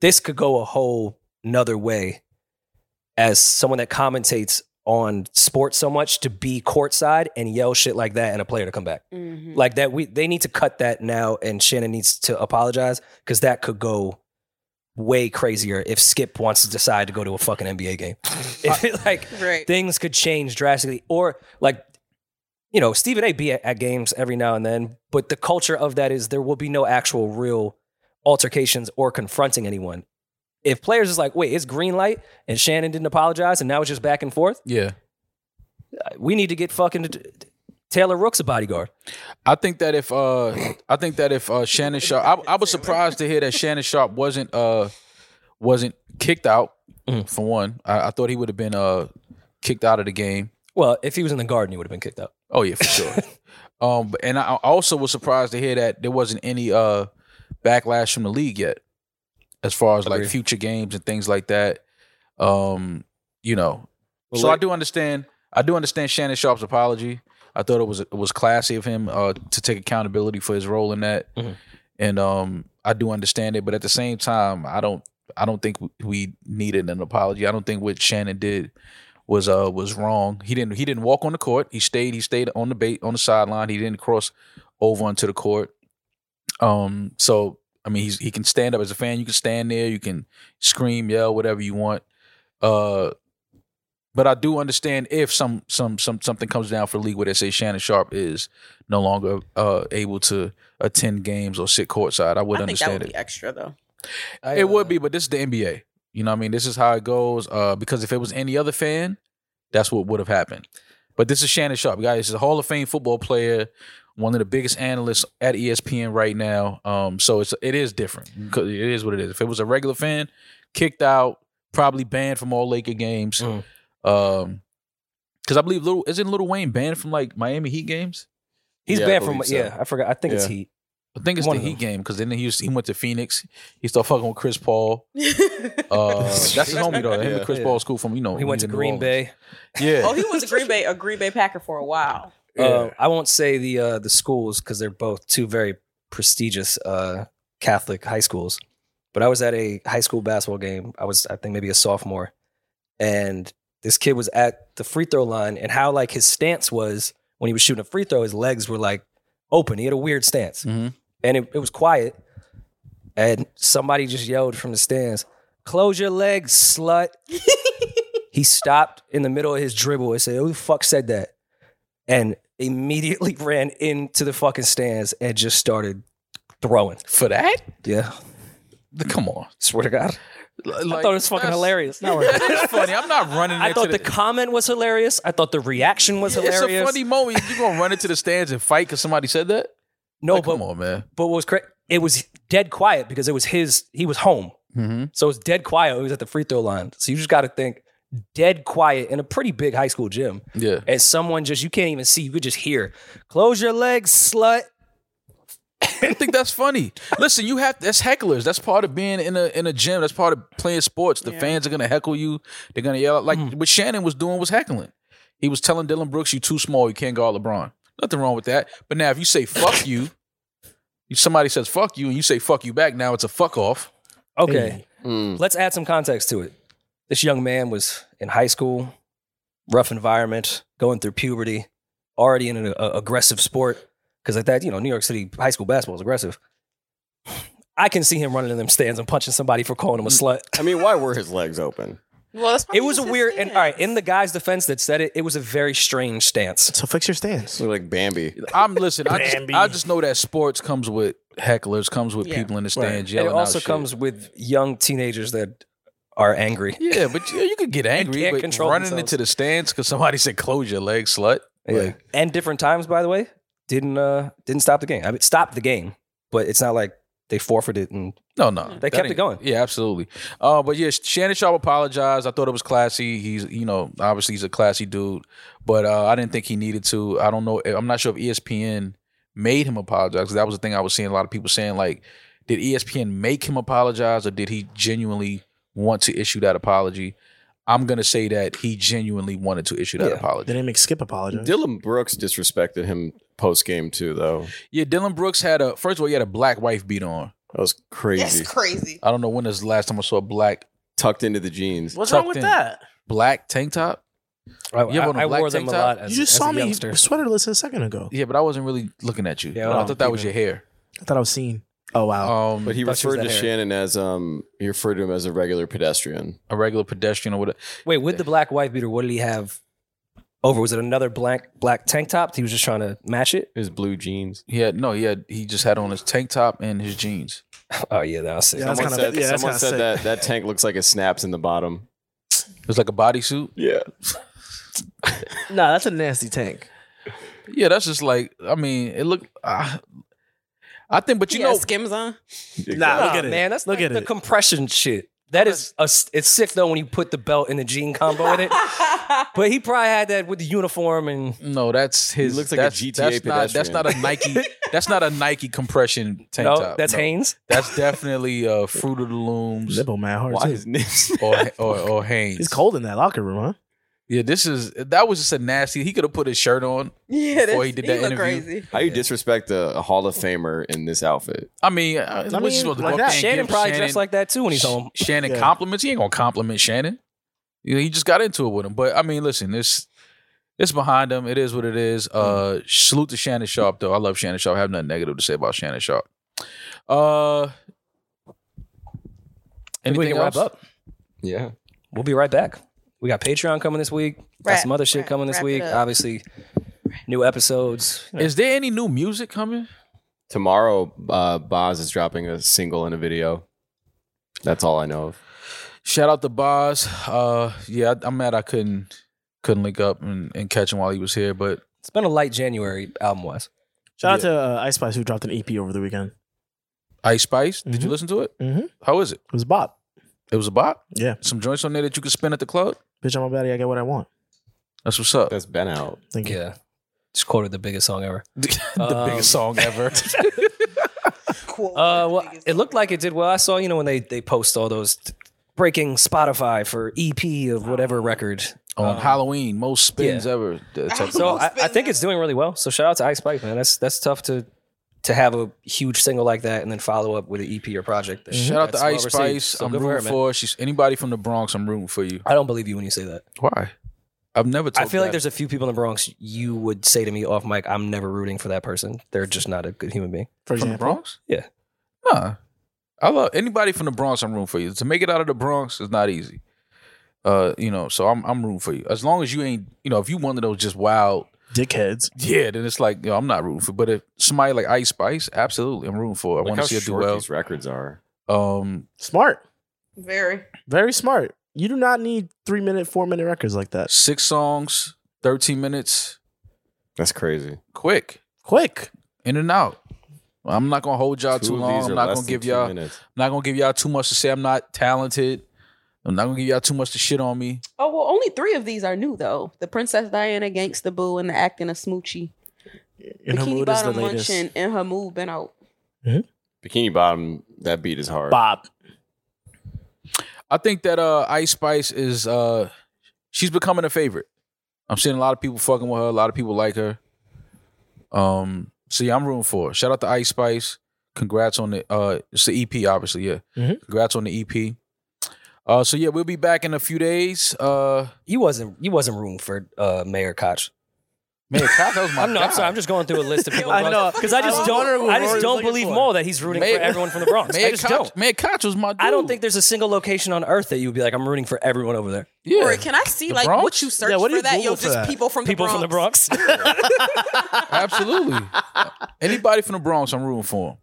This could go a whole nother way as someone that commentates on sports so much to be courtside and yell shit like that and a player to come back Mhm. like that we they need to cut that now and shannon needs to apologize because that could go way crazier if skip wants to decide to go to a fucking nba game if it, like right. things could change drastically or like you know stephen a be at, at games every now and then but the culture of that is there will be no actual real altercations or confronting anyone if players is like wait it's green light and shannon didn't apologize and now it's just back and forth Yeah. we need to get fucking taylor rooks a bodyguard I think that if uh I think that if uh Shannon Sharp I, I was surprised to hear that Shannon Sharp wasn't uh wasn't kicked out Mhm. for one. I, I thought he would have been uh kicked out of the game. well if he was in the garden he would have been kicked out Oh yeah, for sure. um but- and I I also was surprised to hear that there wasn't any uh backlash from the league yet as far as like Agreed. future games and things like that. Um you know. Well, so I like- do understand I do understand Shannon Sharp's apology. I thought it was it was classy of him uh to take accountability for his role in that. Mhm. And um I do understand it, but at the same time, I don't I don't think we needed an apology. I don't think what Shannon did was uh was wrong. He didn't he didn't walk on the court. He stayed he stayed on the bait on the sideline. He didn't cross over onto the court. Um so I mean he's he can stand up as a fan. You can stand there, you can scream, yell, whatever you want. Uh but I do understand if some some some something comes down for the league where they say Shannon Sharp is no longer uh able to attend games or sit courtside. I would I think that understand would it be extra though. it would uh, uh, be, but this is the NBA. You know what I mean? This is how it goes. Uh, because if it was any other fan, that's what would have happened. But this is Shannon Sharp, guys. He's a Hall of Fame football player, one of the biggest analysts at E ESPN right now. Um, so it's it is different. Mm-hmm. 'Cause It is what it is. If it was a regular fan, kicked out, probably banned from all Laker games. Mm. Um, because I believe little isn't Little Wayne banned from like Miami Heat games? He's Yeah, I banned from believe so. yeah. I forgot. I think it's Yeah. Heat. I think it's One the of Heat them. game because then he was, he went to Phoenix. He started fucking with Chris Paul. Uh, that's his homie though. Him Yeah. and Chris Yeah. Paul school from you know. He went to in New Green Orleans. Bay. Yeah. oh, he was a Green Bay a Green Bay Packer for a while. Uh, I won't say the uh, the schools because they're both two very prestigious uh, Catholic high schools. But I was at a high school basketball game. I was I think maybe a sophomore, and this kid was at the free throw line, and how like his stance was when he was shooting a free throw, his legs were like open. He had a weird stance, Mhm. and it, it was quiet. And somebody just yelled from the stands, "Close your legs, slut!" he stopped in the middle of his dribble and said, "Who the fuck said that?" And immediately ran into the fucking stands and just started throwing. for that. Yeah, Come on. swear to God, I Like, thought it was fucking that's- hilarious. That's funny. I'm not running. I into thought the comment was hilarious. I thought the reaction was It's hilarious. a funny moment. You gonna run into the stands and fight because somebody said that? no, Like, but come on, man. but what was cra- it was dead quiet because it was his. He was home, Mhm. so it was dead quiet. He was at the free throw line, so you just got to think dead quiet in a pretty big high school gym. Yeah. and someone just you can't even see you could just hear close your legs slut I think that's funny. Listen, you have that's hecklers. That's part of being in a in a gym. That's part of playing sports. The fans are gonna heckle you. They're gonna yell out. Like Mm. what Shannon was doing was heckling. He was telling Dylan Brooks, "You too small. You can't guard LeBron." Nothing wrong with that. But now, if you say "fuck you," if somebody says "fuck you" and you say "fuck you" back, now it's a fuck off. okay Mm. let's add some context to it this young man was in high school rough environment going through puberty already in an uh, aggressive sport because like that you know new york city high school basketball is aggressive i can see him running in them stands and punching somebody for calling him a slut I mean, why were his legs open? Well, that's it was a weird and all right in the guy's defense that said it it was a very strange stance So fix your stance. This looked like Bambi. I'm listen. I just, Bambi. I just know that sports comes with hecklers, comes with Yeah. people in the stands And yelling. it also out shit. comes with young teenagers that are angry. Yeah, but you, you could get angry, can't but control running themselves. into the stands because somebody said close your legs, slut. Yeah. And different times, by the way, didn't uh didn't stop the game. I mean, stopped the game, but it's not like they forfeited and No, no, They that kept it ain't- going. Yeah, absolutely. Uh, but yeah, Shannon Sharp apologized. I thought it was classy. He's, you know, obviously he's a classy dude, but uh, I didn't think he needed to. I don't know. I'm not sure if E ESPN made him apologize 'cause that was the thing I was seeing a lot of people saying. Like, did E ESPN make him apologize, or did he genuinely want to issue that apology? I'm gonna say that he genuinely wanted to issue that Yeah. apology. They didn't make Skip apologize. Dylan Brooks disrespected him post game too, though. Yeah, Dylan Brooks had a first of all, he had a black wife beat on. That was That's crazy. crazy. I don't know when is the last time I saw a black Tucked into the jeans. What's wrong Tucked with in. that? black tank top. I, You ever on a I black wore them tank a top? lot. As, you just as saw a me youngster. sweaterless a second ago. Yeah, but I wasn't really looking at you. Yeah, I well, thought that was your even- hair. I thought I was seen. Oh wow. Um, But he Thought she referred was to that hair. Shannon as um he referred to him as a regular pedestrian. a regular pedestrian or whatever. Wait, with the black wife beater, what did he have over? Was it another black black tank top? He was just trying to match it. His blue jeans. He had no. He had. He just had on his tank top and his jeans. Oh yeah, that's it. Yeah, that's Someone kinda- said, yeah, that's kinda someone said sick. that that tank looks like it snaps in the bottom. It was like a bodysuit. Yeah. nah, that's a nasty tank. Yeah, that's just like. I mean, it looked. I, I think, but you You got know, skims on. Nah, look Nah, at it. man, that's look like at the it. compression shit. That is a, s- it's sick though when you put the belt and the jean combo in it. but he probably had that with the uniform and no, that's his. looks like a that's, GTA That's not. That's not a Nike. that's not a Nike compression tank no, top. that's No. Hanes. That's definitely uh, Fruit of the Looms Nibble man hard. Why too. is nips? or or, or Hanes. It's cold in that locker room, huh? Yeah, this is that was just a nasty. He could have put his shirt on. Yeah, Before that's, he he did did that look interview. crazy. How you disrespect a, a Hall of Famer in this outfit? I mean, I mean, was supposed to go up like that. there and Shannon give probably Shannon- dressed like that too when he's Sh- home. Shannon Yeah. compliments. He ain't gonna compliment Shannon. You know, he just got into it with him. But I mean, listen, this it's behind him. It is what it is. Uh salute to Shannon Sharp, though. I love Shannon Sharp. I have nothing negative to say about Shannon Sharp. Uh anything we can else? wrap up. Yeah. We'll be right back. We got Patreon coming this week. got Wrap- some other shit wrap- coming this wrap it week. up. Obviously, new episodes. Is there any new music coming? Tomorrow, uh, Boz is dropping a single and a video. That's all I know of. Shout out to Boz. Uh yeah, I, am mad I couldn't couldn't link up and, and catch him while he was here, but It's been a light January album wise. Shout out to uh, Ice Spice who dropped an EP over the weekend. Ice Spice, did you Mhm. listen to it? Mm-hmm. It How is it? was Bob. It was a bop? Yeah. Some joints on there that you could spin at the club? Bitch, I'm a baddie. I get what I want. That's what's up. That's been out. Thank you. Yeah. Just quoted the biggest song ever. Mm-hmm. the Um, biggest song ever. Cool. Uh, well, it looked like it did well. I saw, you know, when they, they post all those t- breaking Spotify for EP of whatever record. on Um, Halloween, most spins ever. that type of- So Most I, I spins think it's doing really well. So shout out to Ice Spike, man. That's that's tough to to have a huge single like that and then follow up with an EP or project. that- Shout out that's to well Ice received. Spice. So I'm good rooting her, for, man. her. She's anybody from the Bronx. I'm rooting for you. I don't believe you when you say that. Why? I've never. I Told feel like that. there's a few people in the Bronx you would say to me off mic, I'm never rooting for that person. They're just not a good human being. For from the example, Bronx. Yeah. Nah. I love anybody from the Bronx. I'm rooting for you. To make it out of the Bronx is not easy. Uh, you know, so I'm I'm rooting for you. As long as you ain't, you know, if you one of those just wild, dickheads. yeah, then it's like, you know, I'm not rooting for. But if somebody like Ice Spice, absolutely, I'm rooting for. Her. I Look want how to see her do short well. these records are. Um, Smart. very. Very smart. You do not need three minute, four minute records like that. six songs, 13 minutes, That's crazy. quick, Quick. in and out. I'm not gonna hold y'all too of long. these I'm are not less gonna than give two y'all. minutes. I'm not gonna give y'all too much to say. I'm not talented. I'm not gonna give y'all too much to shit on me. Oh well, only three of these are new though: the Princess Diana, Gangsta Boo, and the acting of Smoochie. In her Bikini mood is the Bottom latest. Munchin and her move been out. Bikini Bottom, that beat is hard. Bob. I think that uh Ice Spice is uh she's becoming a favorite. I'm seeing a lot of people fucking with her, a lot of people like her. Um so yeah, I'm rooting for her. Shout out to Ice Spice. Congrats on the uh it's the EP, obviously, yeah. Mm-hmm. Mhm. Congrats on the EP. Uh so yeah, we'll be back in a few days. Uh You wasn't you wasn't rooting for uh, Mayor Koch. man, Koch, that was my I'm no, I'm guy. sorry. I'm just going through a list of people. I know. because I just I was wondering don't. who I just Rory don't was looking believe for. more that he's rooting Mayor- for everyone from the Bronx. Mayor I just Koch, don't. Mayor Koch was my dude. I don't think there's a single location on earth that you would be like, I'm rooting for everyone over there. yeah. Or can I see The like Bronx? what you search Yeah, what do for you that? Google Yo, for just that? people from People the from the Bronx. Bronx. Absolutely. Anybody from the Bronx, I'm rooting for.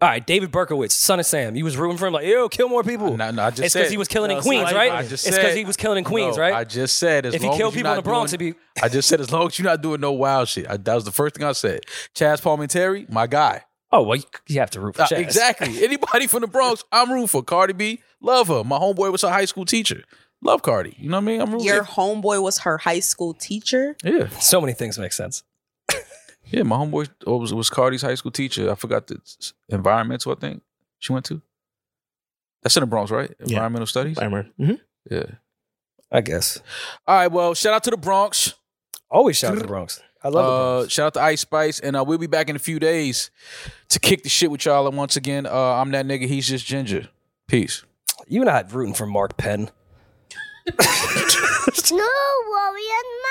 All right, David Berkowitz, son of Sam. You was rooting for him like, yo, kill more people. No, no, I just it's said because he was killing No, in it's not Queens, like- right? I just it's said- because he was killing in Queens, No, right? I just said as if he long killed as you're people in not the Bronx, doing- it'd be I just said as long as you're not doing no wild shit. I, that was the first thing I said. Chaz Palminteri, my guy. oh well, you, you have to root for Uh, Chaz. exactly. Anybody from the Bronx, I'm rooting for. Cardi B, love her. My homeboy was her high school teacher. Love Cardi. You know what I mean? I'm rooting. Your homeboy was her high school teacher. yeah, So many things make sense. yeah. My homeboy was was Cardi's high school teacher. I forgot the s- environmental. I think she went to. That's in the Bronx, right? Yeah. Environmental studies. Mm-hmm. Yeah. I guess. All right. Well, shout out to the Bronx. Always shout out to the Bronx. I love the Uh, Bronx. shout out to Ice Spice, and uh, we'll be back in a few days to kick the shit with y'all. And once again, uh, I'm that nigga. He's just Ginger. Peace. You're not rooting for Mark Penn. No worry and